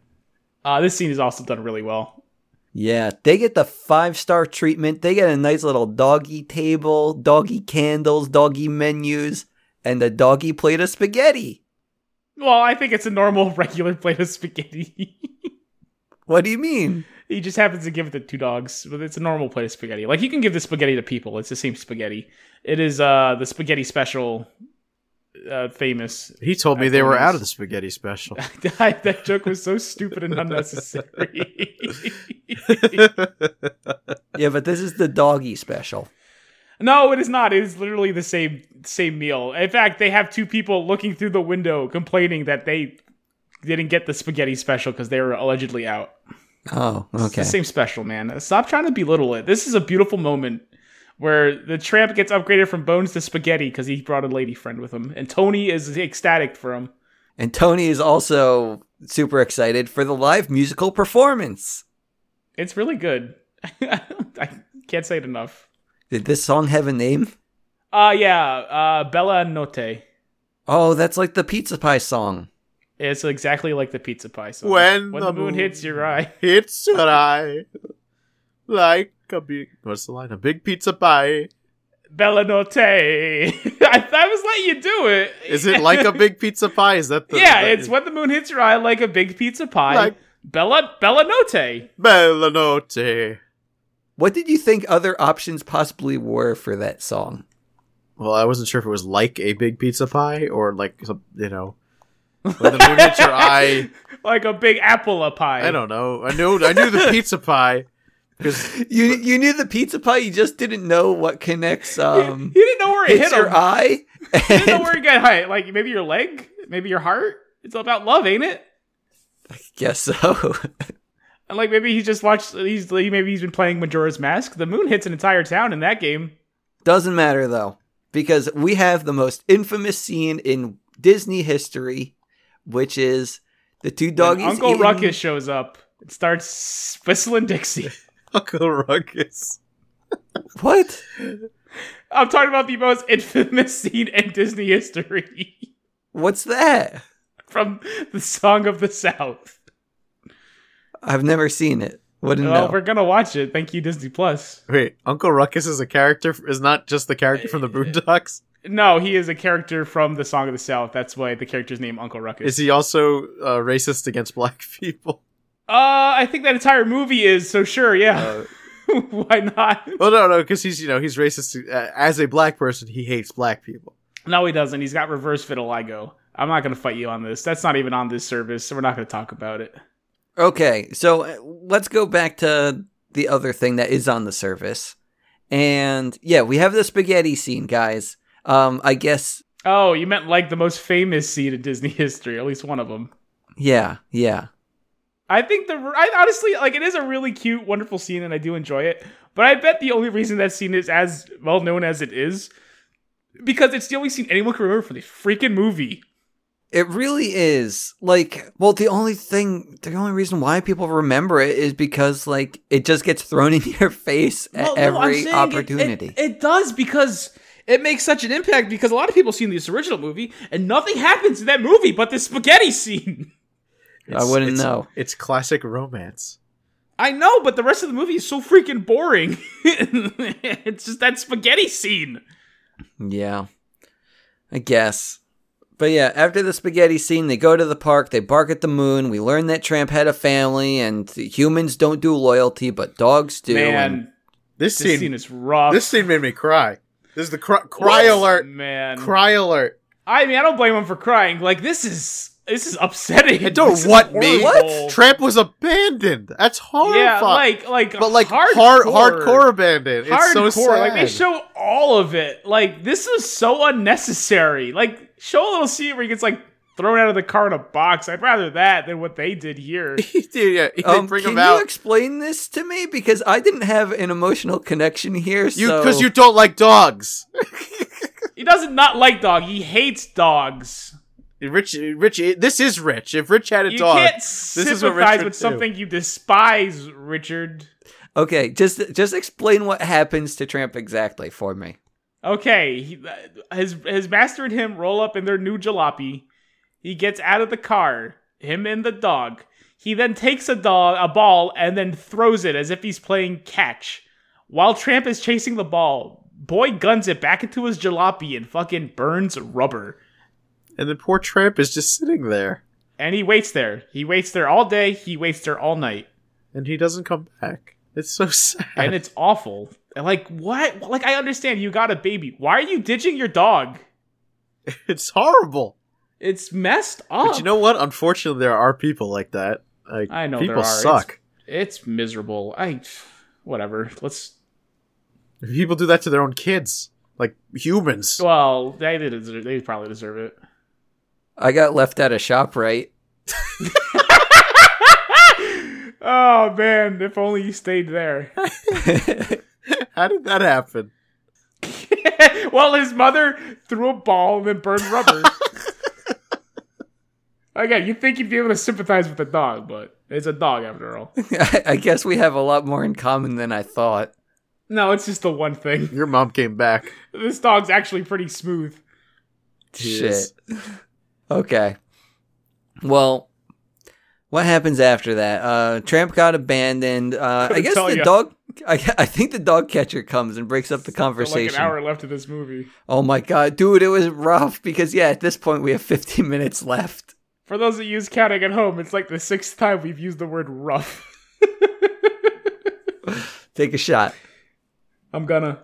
Uh, this scene is also done really well. yeah, they get the five star treatment. They get a nice little doggy table, doggy candles, doggy menus, and a doggy plate of spaghetti. Well, I think it's a normal, <laughs> regular plate of spaghetti. <laughs> What do you mean? he just happens to give it to two dogs, but it's a normal plate of spaghetti. Like you can give the spaghetti to people; it's the same spaghetti. It is uh, the spaghetti special, uh, famous. yeah. He told me they were Arturo's. out of the spaghetti <laughs> special. <laughs> that joke was so stupid and unnecessary. <laughs> Yeah, but this is the doggy special. no, it is not. It is literally the same same meal. In fact, they have two people looking through the window complaining that they didn't get the spaghetti special because they were allegedly out. Oh, okay. It's the same special, man. Stop trying to belittle it. This is a beautiful moment where the tramp gets upgraded from bones to spaghetti because he brought a lady friend with him, and Tony is ecstatic for him. And Tony is also super excited for the live musical performance. It's really good. <laughs> I can't say it enough. Did this song have a name? Uh yeah, uh Bella Notte. Oh, that's like the pizza pie song. It's exactly like the pizza pie song. When when the the moon moon- hits your eye. It's an eye. Like a big what's the line? A big pizza pie. Bella Notte. <laughs> I, I was letting you do it. Is it like <laughs> a big <laughs> pizza pie? Is that the Yeah, the- it's when the moon hits your eye like a big pizza pie. Like- Bella Bella Notte. Bella Notte. What did you think other options possibly were for that song? Well, I wasn't sure if it was like a big pizza pie or like some, you know, when the moon hits your <laughs> eye. like a big apple pie. I don't know. I knew I knew the pizza pie because You you knew the pizza pie, you just didn't know what connects um <laughs> You didn't know where it hits <laughs> hit your him. eye. You didn't know and- where it got hit. Like maybe your leg, maybe your heart. It's all about love, ain't it? Guess so. <laughs> And like maybe he's just watched. He's maybe he's been playing Majora's Mask. The moon hits an entire town in that game. Doesn't matter though, because we have the most infamous scene in Disney history, which is the two doggies. When Uncle eating- Ruckus shows up. It starts whistling Dixie. <laughs> Uncle Ruckus. What? I'm talking about the most infamous <laughs> scene in Disney history <laughs> What's that? from the Song of the South. I've never seen it. Wouldn't Well, know. we're gonna watch it. Thank you, Disney Plus. Wait, Uncle Ruckus is a character is not just the character from the Boondocks. No, he is a character from the Song of the South. That's why the character's name Uncle Ruckus. Is he also uh, racist against black <laughs> people? Uh, I think that entire movie is. So sure, yeah. Uh, <laughs> Why not? well, no, no, because he's you know he's racist uh, as a black person. He hates black people. No, he doesn't. He's got reverse vitiligo. I'm not gonna fight you on this. That's not even on this service, so we're not gonna talk about it. Okay, so uh, let's go back to the other thing that is on the service. And yeah, we have the spaghetti scene, guys. Um, I guess Oh, you meant like the most famous scene in Disney <laughs> history, at least one of them. yeah, yeah. I think the I honestly like it is a really cute, wonderful scene, and I do enjoy it. But I bet the only reason that scene is as well known as it is because it's the only scene anyone can remember from the freaking movie. It really is. Like, well, the only thing, the only reason why people remember it is because, like, it just gets thrown <laughs> in your face at Well, no, I'm every saying it- it- opportunity. It, does because it makes such an impact because a lot of people seen this original movie and nothing happens in that movie but this spaghetti scene. I wouldn't it's- know. It's classic romance. I know, but the rest of the movie is so freaking boring. <laughs> it's just that spaghetti scene. Yeah. I guess. But yeah, after the spaghetti scene, they go to the park, they bark at the moon. We learn that Tramp had a family, and humans don't do loyalty, but dogs do. and- Man, This, this scene, scene is rough. this scene made me cry. This is the cry, cry Yes, alert. man. Cry alert. I mean, I don't blame him for crying. Like this is this is upsetting. And don't This is what me. horrible. Tramp was abandoned. That's horrifying. Yeah, like like but like hard, hardcore, hardcore abandoned. It's so hardcore. sad. Like they show all of it. Like this is so unnecessary. Like show a little scene where he gets like thrown out of the car in a box. I'd rather that than what they did <laughs> here. Dude, <laughs> yeah, they Um, bring can him out. you explain this to me? Because I didn't have an emotional connection here. You so- because you don't like dogs. he doesn't not like dog. He hates dogs. Rich, Rich, this is Rich. If Rich had a You dog, can't is what sympathize Richard with do. something you despise, Richard. Okay, just just explain what happens to Tramp exactly for me. Okay, he, uh, his his master and him roll up in their new jalopy. He gets out of the car, him and the dog. He then takes a dog, a ball, and then throws it as if he's playing catch. While Tramp is chasing the ball, Boy guns it back into his jalopy and fucking burns rubber. and the poor tramp is just sitting there, And he waits there. He waits there all day. He waits there all <laughs> night. and he doesn't come back. It's so <laughs> sad. And it's awful. And like what? Like I understand you got a baby. Why are you ditching your dog? it's horrible. It's messed up. But you know what? Unfortunately, there are people like that. Like Oh. I know people there are. suck. It's miserable. I, whatever. Let's. People do that to their own kids, like humans. Well, they did. Deserve, they probably deserve it. I got left out of shop right. <laughs> oh man! If only you stayed there. <laughs> How did that happen? well, his mother threw a ball and then burned <laughs> rubber. Again, you think you'd be able to sympathize with the dog, but it's a dog after all. I, I guess we have a lot more in common than I thought. No, it's just the one thing. Your mom came back. This dog's actually pretty smooth. Yes. Shit. Okay. Well, what happens after that? Uh, Tramp got abandoned. Uh, I Couldn't guess tell the ya. dog. I, I think the dog catcher comes and breaks up the Got Like an conversation. hour left of this movie. Oh my god, dude, it was rough because yeah, at this point we have 15 minutes left. For those that use counting at home, it's like the sixth time we've used the word rough. Take a shot. I'm gonna.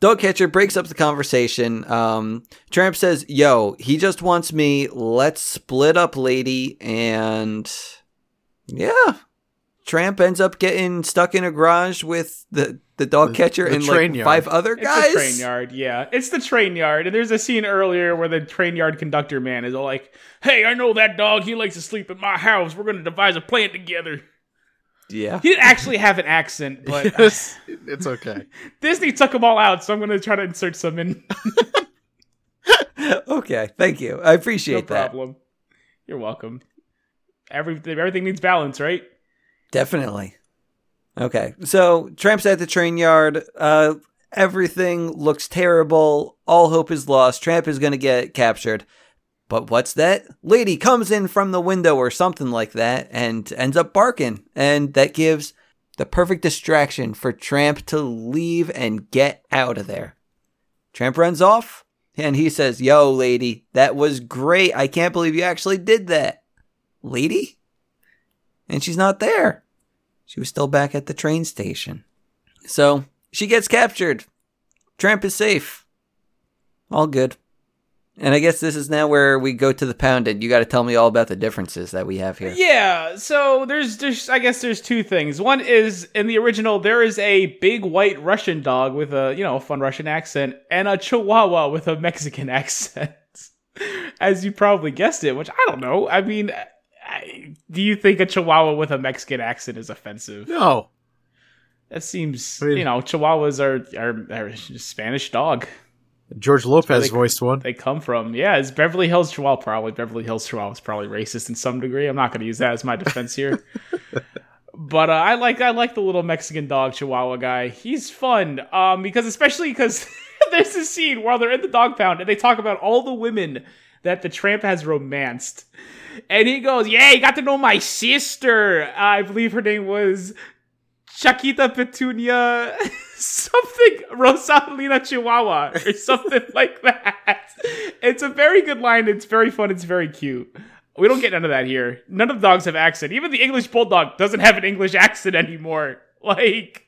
Dog catcher breaks up the conversation. Um, Tramp says, "Yo, he just wants me. Let's split up, lady." And yeah, Tramp ends up getting stuck in a garage with the the dog The- catcher the and train like yard. five other It's guys. the train yard, yeah. It's the train yard. And there's a scene earlier where the train yard conductor man is all like, Hey, I know that dog. He likes to sleep in my house. We're going to devise a plan together. Yeah, He didn't actually have an accent, <laughs> but Yes. <laughs> it's okay. Disney took them all out, so I'm going to try to insert some in. <laughs> okay, thank you. I appreciate No that. problem. You're welcome. Everything, everything needs balance, right? Definitely. Okay. So Tramp's at the train yard. Uh, everything looks terrible. All hope is lost. Tramp is going to get captured. But what's that? Lady comes in from the window or something like that and ends up barking. And that gives the perfect distraction for Tramp to leave and get out of there. Tramp runs off and he says, Yo, lady, that was great. I can't believe you actually did that. Lady? and she's not there. She was still back at the train station. So she gets captured. Tramp is safe. All good. And I guess this is now where we go to the pounded. You got to tell me all about the differences that we have here. Yeah, so there's there's I guess there's two things. One is in the original there is a big white Russian dog with a you know a fun Russian accent and a Chihuahua with a Mexican <laughs> accent, as you probably guessed it. Which I don't know. I mean, I, do you think a Chihuahua with a Mexican accent is offensive? No. That seems I mean- you know Chihuahuas are are, are just Spanish dog. George Lopez voiced one. they come from. Yeah, it's Beverly Hills Chihuahua. Probably Beverly Hills Chihuahua was probably racist in some degree. I'm not going to use that as my defense here. But uh, I like I like the little Mexican dog Chihuahua guy. He's fun um, because especially because <laughs> there's this scene while they're in the dog pound and they talk about all the women that the tramp has romanced, and he goes, "Yeah, you got to know my sister. I believe her name was Chiquita Petunia, <laughs> something Rosalina Chihuahua, or something <laughs> like that. It's a very good line. It's very fun. It's very cute. We don't get none of that here. None of the dogs have accent. Even the English bulldog doesn't have an English accent anymore. <laughs> Like,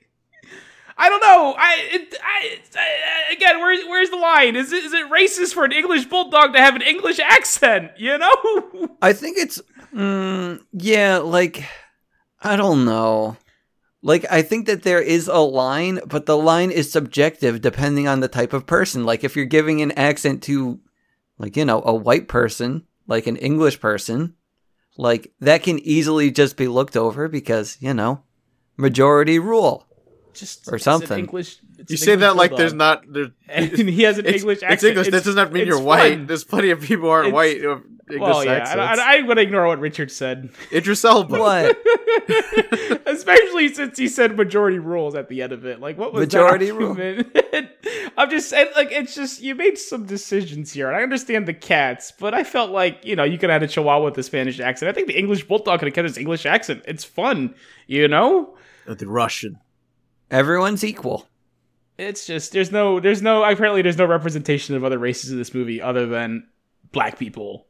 I don't know. I, it, I, it's- I- I- again, where's where's the line? Is it, is it racist for an English bulldog to have an English accent? <laughs> You know? I think it's mm, yeah, like I don't know. Like I think that there is a line, but the line is subjective depending on the type of person. Like if you're giving an accent to like you know, a white person, like an English person, like that can easily just be looked over because, you know, majority rule. Just Or it's an something. English. it's You an say English that like bulldog. there's not there, <laughs> And he has an it's, English it's accent. English. It's- that does not mean it's you're white. fun. There's plenty of people who aren't It's- white. who have English Well, yeah, accents. and I, I would ignore what Richard said, <laughs> Idris Elba. What? especially since he said majority rules at the end of it. Like, what was Majority that rule. argument? <laughs> I'm just saying, like, it's just you made some decisions here, and I understand the cats, but I felt like you know you could add a Chihuahua with a Spanish accent. I think the English bulldog could have kept his English accent. It's fun, you know. The Russian. Everyone's equal. It's just there's no there's no apparently there's no representation of other races in this movie other than black people.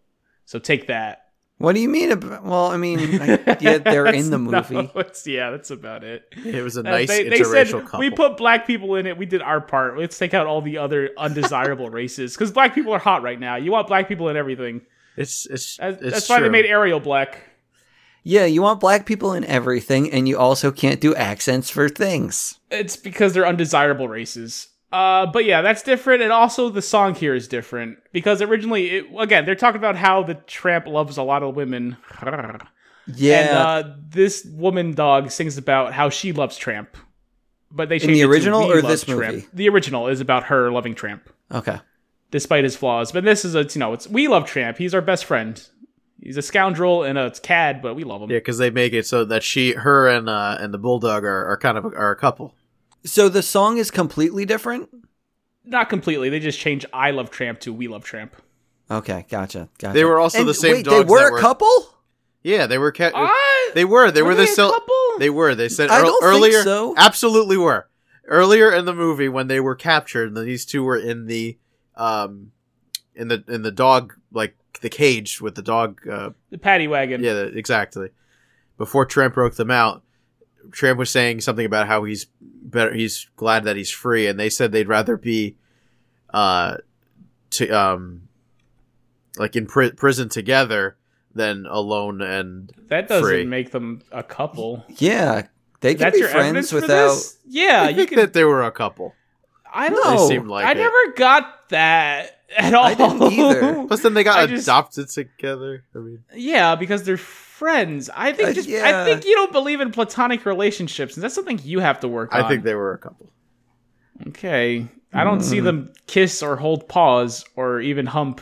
So take that. What do you mean about well, I mean, I, <laughs> yeah, they're in the No, movie. it's- yeah, that's about it. It was a Uh, nice they, they interracial said couple. we put black people in it. We did our part. Let's take out all the other undesirable races because black people are hot right now. You want black people in everything. it's it's, That's, it's that's why they true. made Ariel black. Yeah, you want black people in everything and you also can't do accents for things. It's because they're undesirable races. Uh, but yeah, that's different, and also the song here is different because originally, it, again, they're talking about how the tramp loves a lot of women. Yeah. And uh, this woman dog sings about how she loves Tramp. But they the changed it to original "We or love this Tramp." movie? The original is about her loving Tramp Okay. despite his flaws. But this is a you know it's we love Tramp. He's our best friend. He's a scoundrel and a cad, but we love him. Yeah, because they make it so that she, her, and uh, and the bulldog are, are kind of are a couple. So the song is completely different? Not completely. They just changed "I love Tramp" to "We love Tramp." Okay, gotcha. Gotcha. They were also the same Wait, dogs they were that a were- couple? Yeah, they were. Ca- Ah, they were. They were. they the a sil- couple? They were. They said I ear- don't think earlier. so. Absolutely were. Earlier in the movie, when they were captured, and these two were in the, um, in the in the dog like the cage with the dog. Uh, the paddy wagon. yeah, the- exactly. Before Tramp broke them out, Tramp was saying something about how he's better. He's glad that he's free, and they said they'd rather be, uh, to um, like in pri- prison together than alone and that doesn't free. make them a couple. Yeah. They could That's be your evidence friends for without this? Yeah, I you think could. that they were a couple. I don't. No. They seemed like I it. never got that at all. I didn't <laughs> either. Plus, then they I got just- adopted together. I mean, Yeah, because they're friends. I think Uh, just I yeah. think you don't believe in platonic relationships, and that's something you have to work on. I think they were a couple. Okay, I don't see them kiss or hold paws or even hump,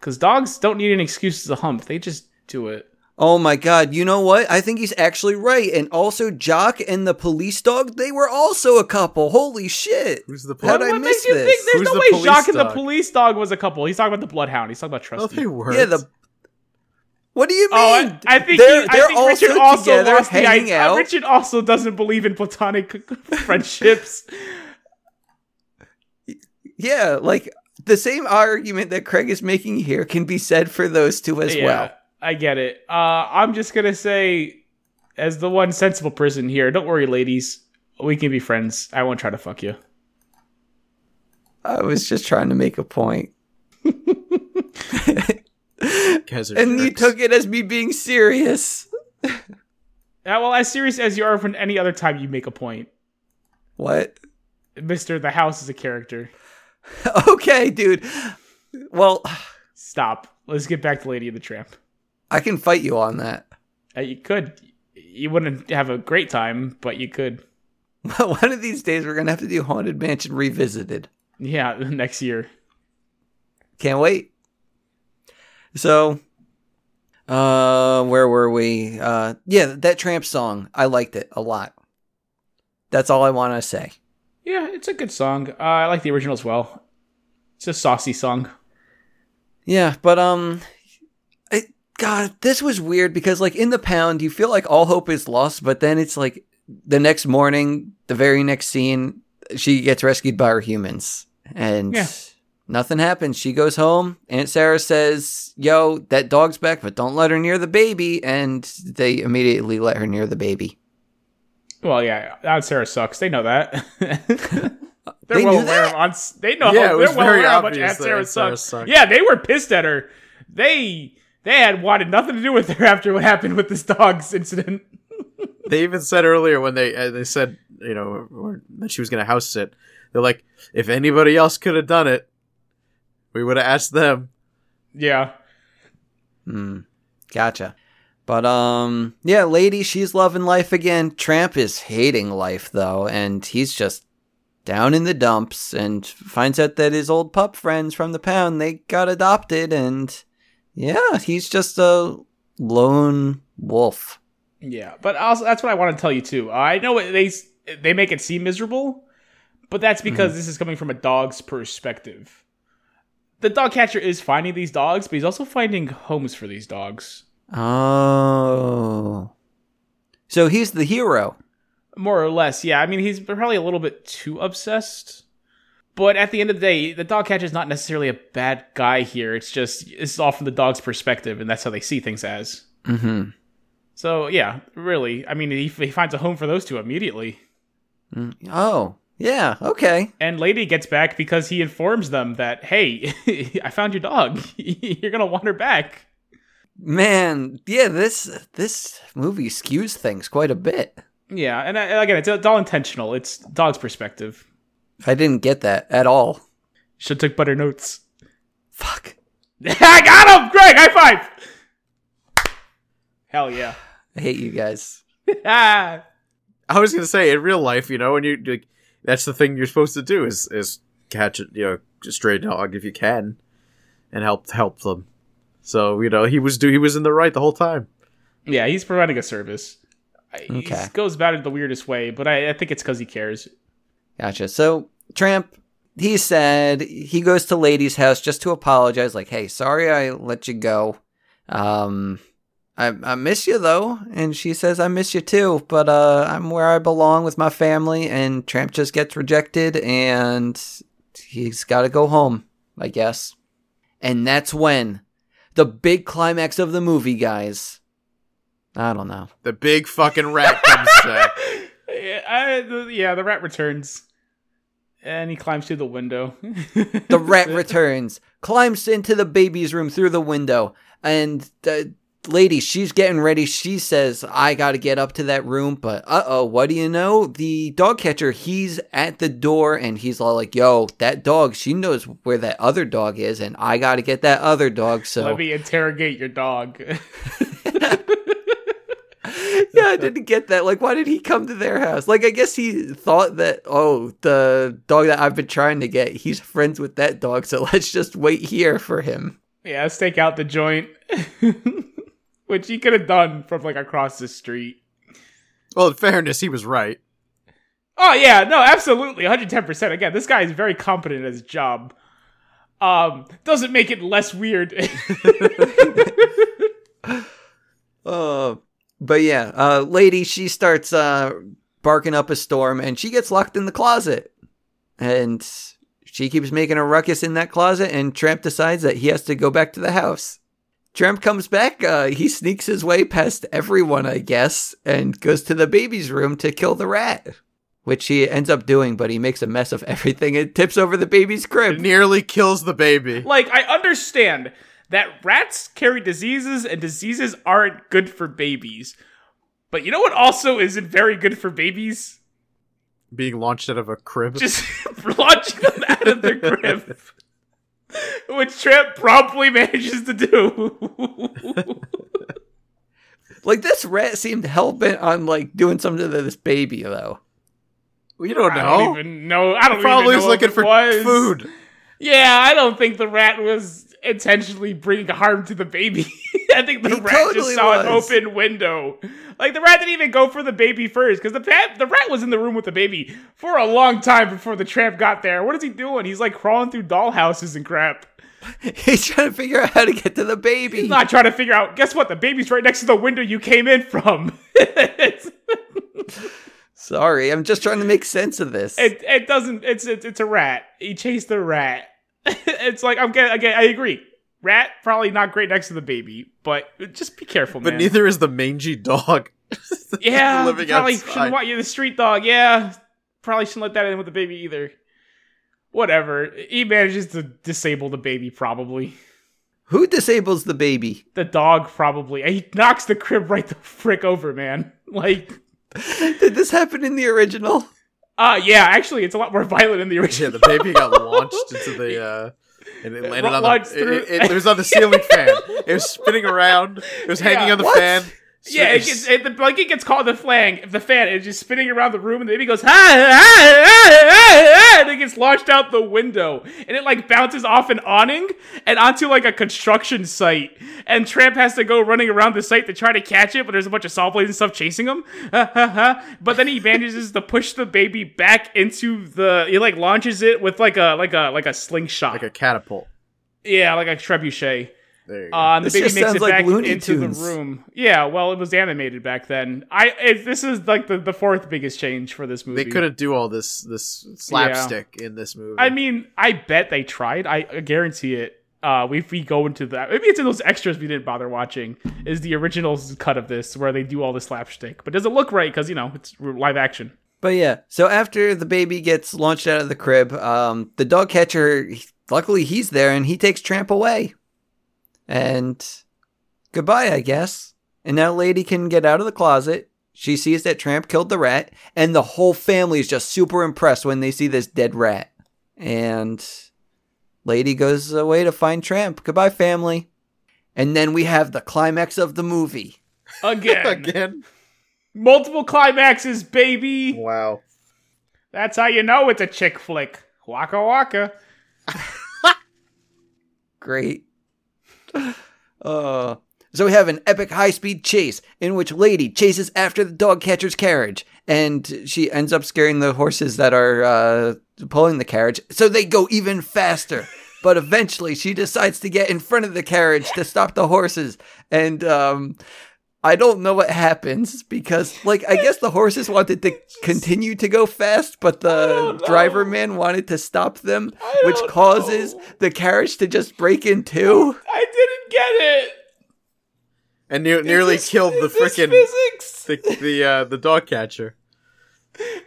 because dogs don't need an excuse to hump. They just do it. Oh my god, you know what? I think he's actually right. And also Jock and the police dog, they were also a couple. Holy shit. Who's the How'd police? I what miss makes you think this? there's Who's no the way police Jacques and the dog? police dog was a couple? He's talking about the bloodhound. He's talking about No, Trusty. they were. Yeah, the What do you mean? Oh, I, I think they're, he, they're I think also Richard also together lost the hanging idea. out. Richard also doesn't believe in platonic <laughs> friendships. Yeah, like the same argument that Craig is making here can be said for those two <laughs> as well. I get it. Uh, I'm just gonna say, as the one sensible person here, don't worry, ladies. We can be friends. I won't try to fuck you. I was just trying to make a point. Guys are And you jerks. took it as me being serious. Uh, well, as serious as you are when any other time you make a point, What? <laughs> Mister. The house is a character. Okay, dude. Well, Stop. Let's get back to Lady of the Tramp. I can fight you on that. <laughs> Uh, you could. You wouldn't have a great time, but you could. One of these days, we're going to have to do Haunted Mansion Revisited. Yeah, <laughs> next year. Can't wait. So, uh, where were we? Uh, yeah, that Tramp song. I liked it a lot. That's all I want to say. Yeah, it's a good song. Uh, I like the original as well. It's a saucy song. Yeah, but um, I, God, this was weird because like in the pound, you feel like all hope is lost, but then it's like the next morning, the very next scene, she gets rescued by her humans, and Yeah. nothing happens. She goes home. Aunt Sarah says, "Yo, that dog's back, but don't let her near the baby." And they immediately let her near the baby. Well, yeah, Aunt Sarah sucks. They know that. <laughs> they're They well knew aware that? of Aunt. S- They know. Yeah, it how, was they're well very aware how much obvious Aunt that Sarah Aunt Sarah sucks. sucked. Yeah, they were pissed at her. They they had wanted nothing to do with her after what happened with this dog's incident. They even said earlier when they uh, they said you know or, that she was gonna house sit. They're like, if anybody else could have done it, we would have asked them. Yeah. Hmm. Gotcha. But um, yeah, lady, she's loving life again. Tramp is hating life though, and he's just down in the dumps and finds out that his old pup friends from the pound they got adopted, and yeah, he's just a lone wolf. Yeah, but also that's what I want to tell you too. I know it- they s- they make it seem miserable, but that's because this is coming from a dog's perspective. The dog catcher is finding these dogs, but he's also finding homes for these dogs, Oh, so he's the hero. more or less. Yeah, I mean he's probably a little bit too obsessed, but at the end of the day, the dog catcher is not necessarily a bad guy here. It's just it's all from the dog's perspective, and that's how they see things as. Mm-hmm. So yeah, really, I mean he, he finds a home for those two immediately. Oh, yeah. Okay. And Lady gets back because he informs them that, hey, <laughs> I found your dog. <laughs> You're going to want her back. Man, yeah, this this movie skews things quite a bit. Yeah. And, uh, again, it's, it's all intentional. It's dog's perspective. I didn't get that at all. Should took better notes. <laughs> Fuck. I got him! Greg, high five! Hell <laughs> yeah. I hate you guys. Ah. I was gonna say in real life, you know, when you like, that's the thing you're supposed to do is is catch a you know a stray dog if you can, and help help them. So you know he was do he was in the right the whole time. Yeah, he's providing a service. I- He Okay. goes about it the weirdest way, but I, I think it's because he <laughs> cares. Gotcha. So, Tramp, he said he goes to Lady's house just to apologize, like, hey, sorry I let you go. Um, I, I miss you, though. And she says, I miss you too, but uh, I'm where I belong with my family. And Tramp just gets rejected and he's got to go home, I guess. And that's when the big climax of the movie, guys. I don't know. The big fucking rat comes to Yeah, I, the, yeah, the rat returns. And he climbs through the window. The rat returns, climbs into the baby's room through the window, and the lady, she's getting ready. She says, I gotta get up to that room, but uh oh, what do you know? The dog catcher, he's at the door and he's all like, Yo, that dog, she knows where that other dog is, and I gotta get that other dog. So, <laughs> Let me interrogate your dog. <laughs> <laughs> yeah, I didn't get that. Like, why did he come to their house? Like, I guess he thought that, oh, the dog that I've been trying to get, he's friends with that dog, so <laughs> let's just wait here for him. yeah, let's take out the joint. <laughs> Which he could have done from like across the street. <laughs> Well, in fairness, he was right. Oh yeah, no, absolutely, 110%. Again, this guy is very competent at his job. Um, doesn't make it less weird. <laughs> Uh, but yeah, uh, lady, she starts uh, barking up a storm, and she gets locked in the closet, and she keeps making a ruckus in that closet. And Tramp decides that he has to go back to the house. Tramp comes back. Uh, he sneaks his way past everyone, I guess, and goes to the baby's room to kill the rat, which he ends up doing. But he makes a mess of <laughs> everything and tips over the baby's crib. Nearly kills the baby. like I understand that rats carry diseases and diseases aren't good for babies. But you know what also isn't very good for babies? Being launched out of a crib. just <laughs> launching them out of their grip, which Tramp promptly manages to do. Like this rat seemed hell bent on like doing something to this baby, though. You don't I don't know. even know. I don't Probably even was know looking if it for was. food. Yeah, I don't think the rat was intentionally bringing harm to the baby. <laughs> I think the He rat totally just saw an was. open window. Like the rat didn't even go for the baby first because the pat, the rat was in the room with the baby for a long time before the tramp got there. What is he doing? He's like crawling through dollhouses and crap. <laughs> He's trying to figure out how to get to the baby. He's not trying to figure out. Guess what? The baby's right next to the window you came in from. <laughs> It's- Sorry, I'm just trying to make sense of this. it it doesn't it's it's, it's a rat he chased the rat <laughs> it's like i'm getting again i agree rat probably not great next to the baby but just be careful But man neither is the mangy dog. <laughs> yeah living probably outside. shouldn't want you the street dog yeah probably shouldn't let that in with the baby either whatever he manages to disable the baby probably Who disables the baby? <laughs> the dog probably he knocks the crib right the frick over man <laughs> like Did this happen in the original? uh yeah actually it's a lot more violent in the original Yeah, the baby got launched into the. uh and it landed on the. launched It, through- it, it- it was on the ceiling fan. It was spinning around. It was hanging Yeah. on the What? fan. So Yeah, it it's- gets it, the blanket gets caught in the flang, the fan, and it's just spinning around the room, and the baby goes ha ha ha ha, and it gets launched out the window, and it like bounces off an awning and onto like a construction site, and Tramp has to go running around the site to try to catch it, but there's a bunch of saw blades and stuff chasing him, Ha, ha, ha. but then he manages to push the baby back into the, he like launches it with like a like a like a slingshot, like a catapult. yeah, like a trebuchet. There you go. Uh, and the This baby just makes sounds it like back Looney into the Tunes. room. Yeah, well, it was animated back then. I it, this is like the, the fourth biggest change for this movie. they couldn't do all this this slapstick in this movie. I mean, I bet they tried. I I guarantee it. Uh, if we go into that, maybe it's in those extras we didn't bother watching. Is the original cut of this where they do all the slapstick? But does it look right? Because you know it's live action. But yeah, so after the baby gets launched out of the crib, um, the dog catcher, he- luckily he's there and he takes Tramp away. And goodbye, I guess. And now Lady can get out of the closet. She sees that Tramp killed the rat, and the whole family is just super impressed when they see this dead rat. And Lady goes away to find Tramp. Goodbye, family. And then we have the climax of the movie. Again, <laughs> <laughs> again. multiple climaxes, baby. Wow. That's how you know it's a chick flick. Waka waka. Great. Uh, so we have an epic high speed chase in which Lady chases after the dog catcher's carriage, and she ends up scaring the horses that are uh, pulling the carriage, so they go even faster. But eventually, she decides to get in front of the carriage to stop the horses, and um, I don't know what happens because, like, I guess the horses wanted to continue to go fast, but the driver man wanted to stop them, which don't causes know. the carriage to just break in two. I didn't get it. And ne- nearly this- killed the is this freaking physics the the, uh, the dog catcher.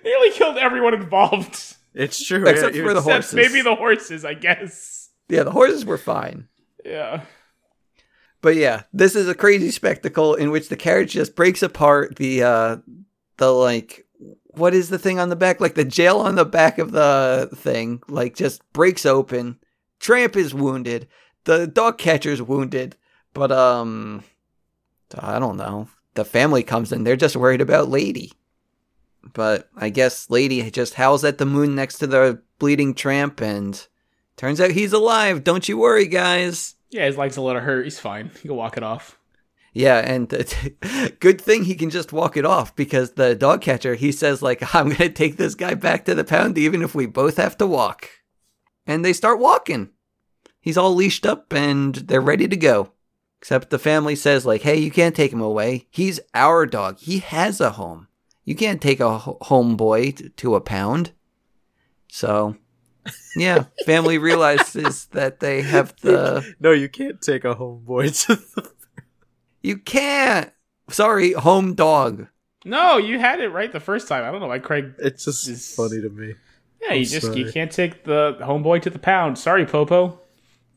nearly killed everyone involved. It's true. Except It- for the it's- horse. Except Horses. maybe <laughs> the horses, I guess. Yeah, the horses were fine. Yeah. But yeah, this is a crazy spectacle in which the carriage just breaks apart the uh the like what is the thing on the back? Like the jail on the back of the thing, like just breaks open. Tramp is wounded. The dog catcher's wounded. But um I don't know. The family comes in, they're just worried about Lady. But I guess Lady just howls at the moon next to the bleeding tramp and turns out he's alive. Don't you worry, guys. Yeah, his legs a little hurt. He's fine. He can walk it off. Yeah, and uh, <laughs> good thing he can just walk it off because the dog catcher he says like <laughs> I'm going to take this guy back to the pound even if we both have to walk. And they start walking. He's all leashed up and they're ready to go. Except the family says like, "Hey, you can't take him away. He's our dog. He has a home. You can't take a ho- homeboy t- to a pound." So, yeah, family realizes that they have the No, you can't take a homeboy <laughs> to the You can't. Sorry, home dog. No, you had it right the first time. I don't know why Craig. It's just It's- funny to me. Yeah, I'm you just you sorry. can't take the homeboy to the pound. Sorry, Popo.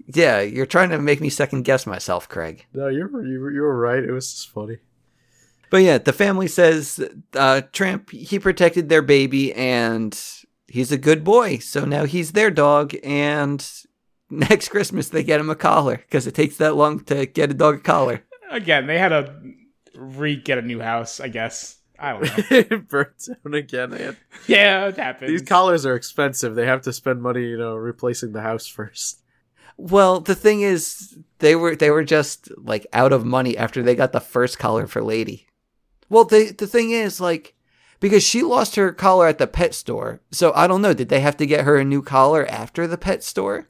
Yeah, you're trying to make me second guess myself, Craig. No, you're you, you were right. It was just funny. But yeah, the family says uh, Tramp he protected their baby and he's a good boy, so now he's their dog. And <laughs> next Christmas they get him a collar because it takes that long to get a dog a collar. Again, they had to re get a new house, I guess. I don't know. <laughs> it burns down again. man. <laughs> yeah, it happens. These collars are expensive. They have to spend money, you know, replacing the house first. Well, the thing is, they were they were just like out of money after they got the first collar for Lady. Well, the the thing is, like, because she lost her collar at the pet store, so I don't know. Did they have to get her a new collar after the pet store?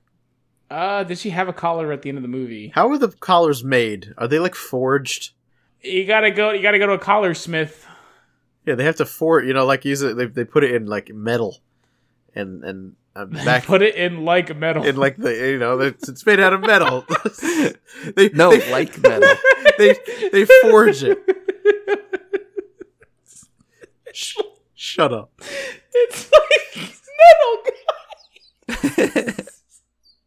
uh, did she have a collar at the end of the movie? How are the collars made? Are they like forged? You gotta go. You gotta go to a collar smith. <laughs> Yeah, they have to forge. You know, like use it. They they put it in like metal, and and <laughs> uh, back Put it in like metal. in like the you know it's, it's made out <laughs> of metal. <laughs> they No, they, like metal. <laughs> they they forge it. Sh- Shut up. <laughs> it's like metal.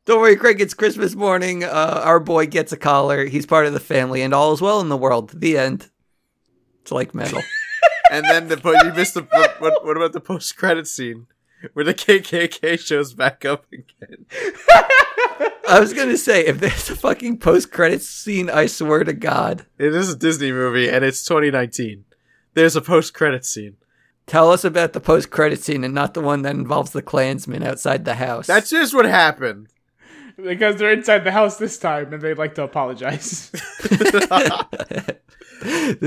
Don't worry, Craig. It's Christmas morning. Uh, our boy gets a collar. He's part of the family, and all is well in the world. The end. It's like metal. And then the po- you missed the what, what, what about the post credit scene where the KKK shows back up again? I was gonna say if there's a fucking post credits scene, I swear to God, It is a Disney movie and it's 2019. There's a post credit scene. tell us about the post credit scene and not the one that involves the Klansman outside the house. That's just what happened. because they're inside the house this time, and they'd like to apologize. <laughs> this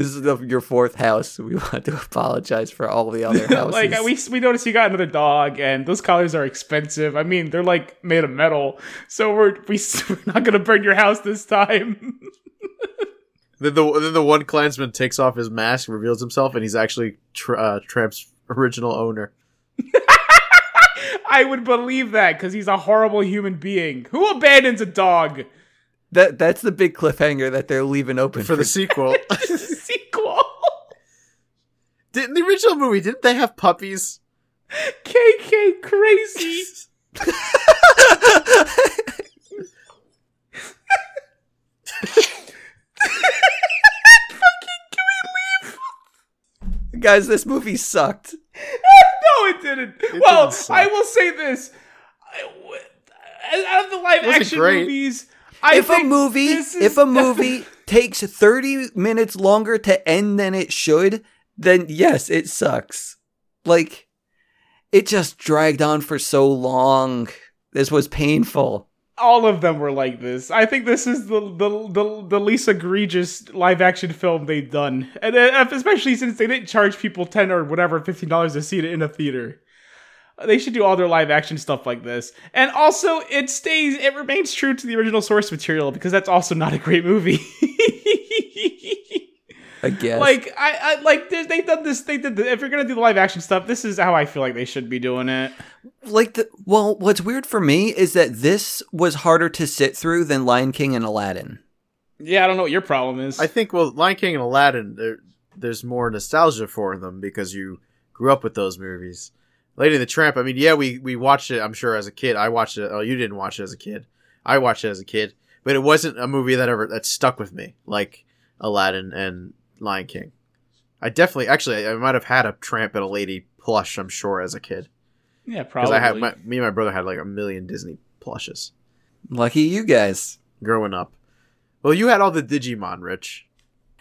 is the, your fourth house. We want to apologize for all the other houses. like we we noticed you got another dog, and those collars are expensive. I mean, they're like made of metal, so we're we, <laughs> s- we're not gonna burn your house this time. <laughs> Then the then the one Klansman takes off his mask, reveals himself, and he's actually tra- uh, Tramp's original owner. I would believe that because he's a horrible human being who abandons a dog. <laughs> that that's the big cliffhanger that they're leaving open for the <laughs> sequel. Sequel. <laughs> didn't the original movie? Didn't they have puppies? KK crazy. <laughs> <laughs> guys. This movie sucked. no, it didn't. well, didn't suck. I will say this: I w- out of the live wasn't action great. movies, I if a think movie, this is if <laughs> a movie takes thirty minutes longer to end than it should, then yes, it sucks. Like it just dragged on for so long. This was painful. all of them were like this. I think this is the the the, the least egregious live action film they've done, and uh, especially since they didn't charge people ten or whatever fifteen dollars to see it in a theater. Uh, They should do all their live action stuff like this, and also it stays, it remains true to the original source material because that's also not a great movie. <laughs> I guess. Like I, I like they- they've done this. They did. The, if you're gonna do the live action stuff, this is how I feel like they should be doing it. like the well, what's weird for me is that this was harder to sit through than Lion King and Aladdin. Yeah, I don't know what your problem is. I think. Well, Lion King and Aladdin, there, there's more nostalgia for them because you grew up with those movies. Lady and the Tramp. I mean, yeah, we we watched it. I'm sure as a kid, I watched it. Oh, you didn't watch it as a kid. I watched it as a kid, but it wasn't a movie that ever that stuck with me like Aladdin and Lion King. I definitely, actually, I I might have had a Tramp and a Lady plush. I'm sure as a kid. yeah, because probably. I had my, me and my brother had like a million Disney plushes Lucky you guys. growing up. Well, you had all the Digimon, Rich.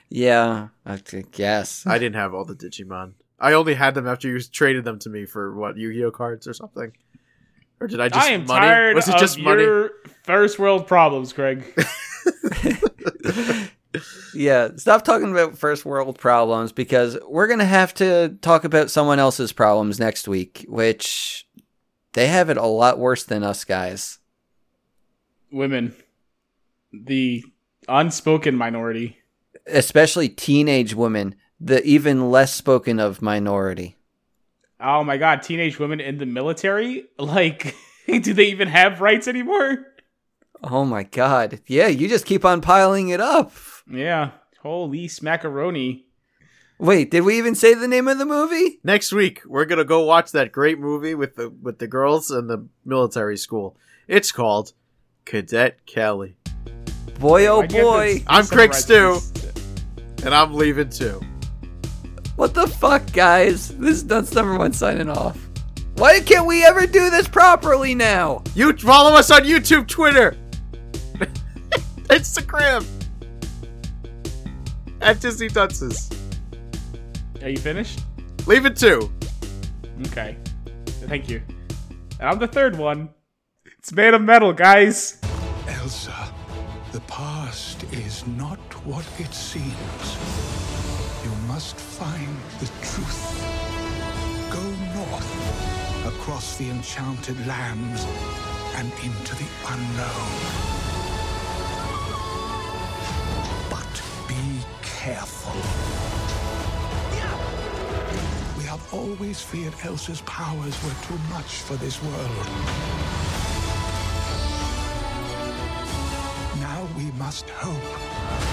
Yeah, I g- guess. I didn't have all the Digimon. I only had them after you traded them to me for what Yu-Gi-Oh cards or something. Or did I just I am money? tired Was it of just money? your first world problems, <laughs> Greg. yeah, stop talking about first world problems because we're going to have to talk about someone else's problems next week, which they have it a lot worse than us guys. Women, the unspoken minority. Especially teenage women, the even less spoken of minority. Oh my god, teenage women in the military. <laughs> Like, do they even have rights anymore? Oh my god. Yeah, you just keep on piling it up. Yeah. Holy smackaroni. Wait, did we even say the name of the movie? Next week we're gonna go watch that great movie with the with the girls and the military school. It's called Cadet Kelly, Boy oh I give boy. this- I'm Craig summarize this. and I'm leaving too. What the fuck, guys? This is Dunce number one signing off. Why can't we ever do this properly now? You follow us on YouTube, Twitter, <laughs> Instagram, at Disney Dunces. Are you finished? Leave it to. Okay. Thank you. And I'm the third one. It's made of metal, guys. Elsa, the past is not what it seems. You must find the truth. Go north, across the enchanted lands, and into the unknown. But be careful. We have always feared Elsa's powers were too much for this world. Now we must hope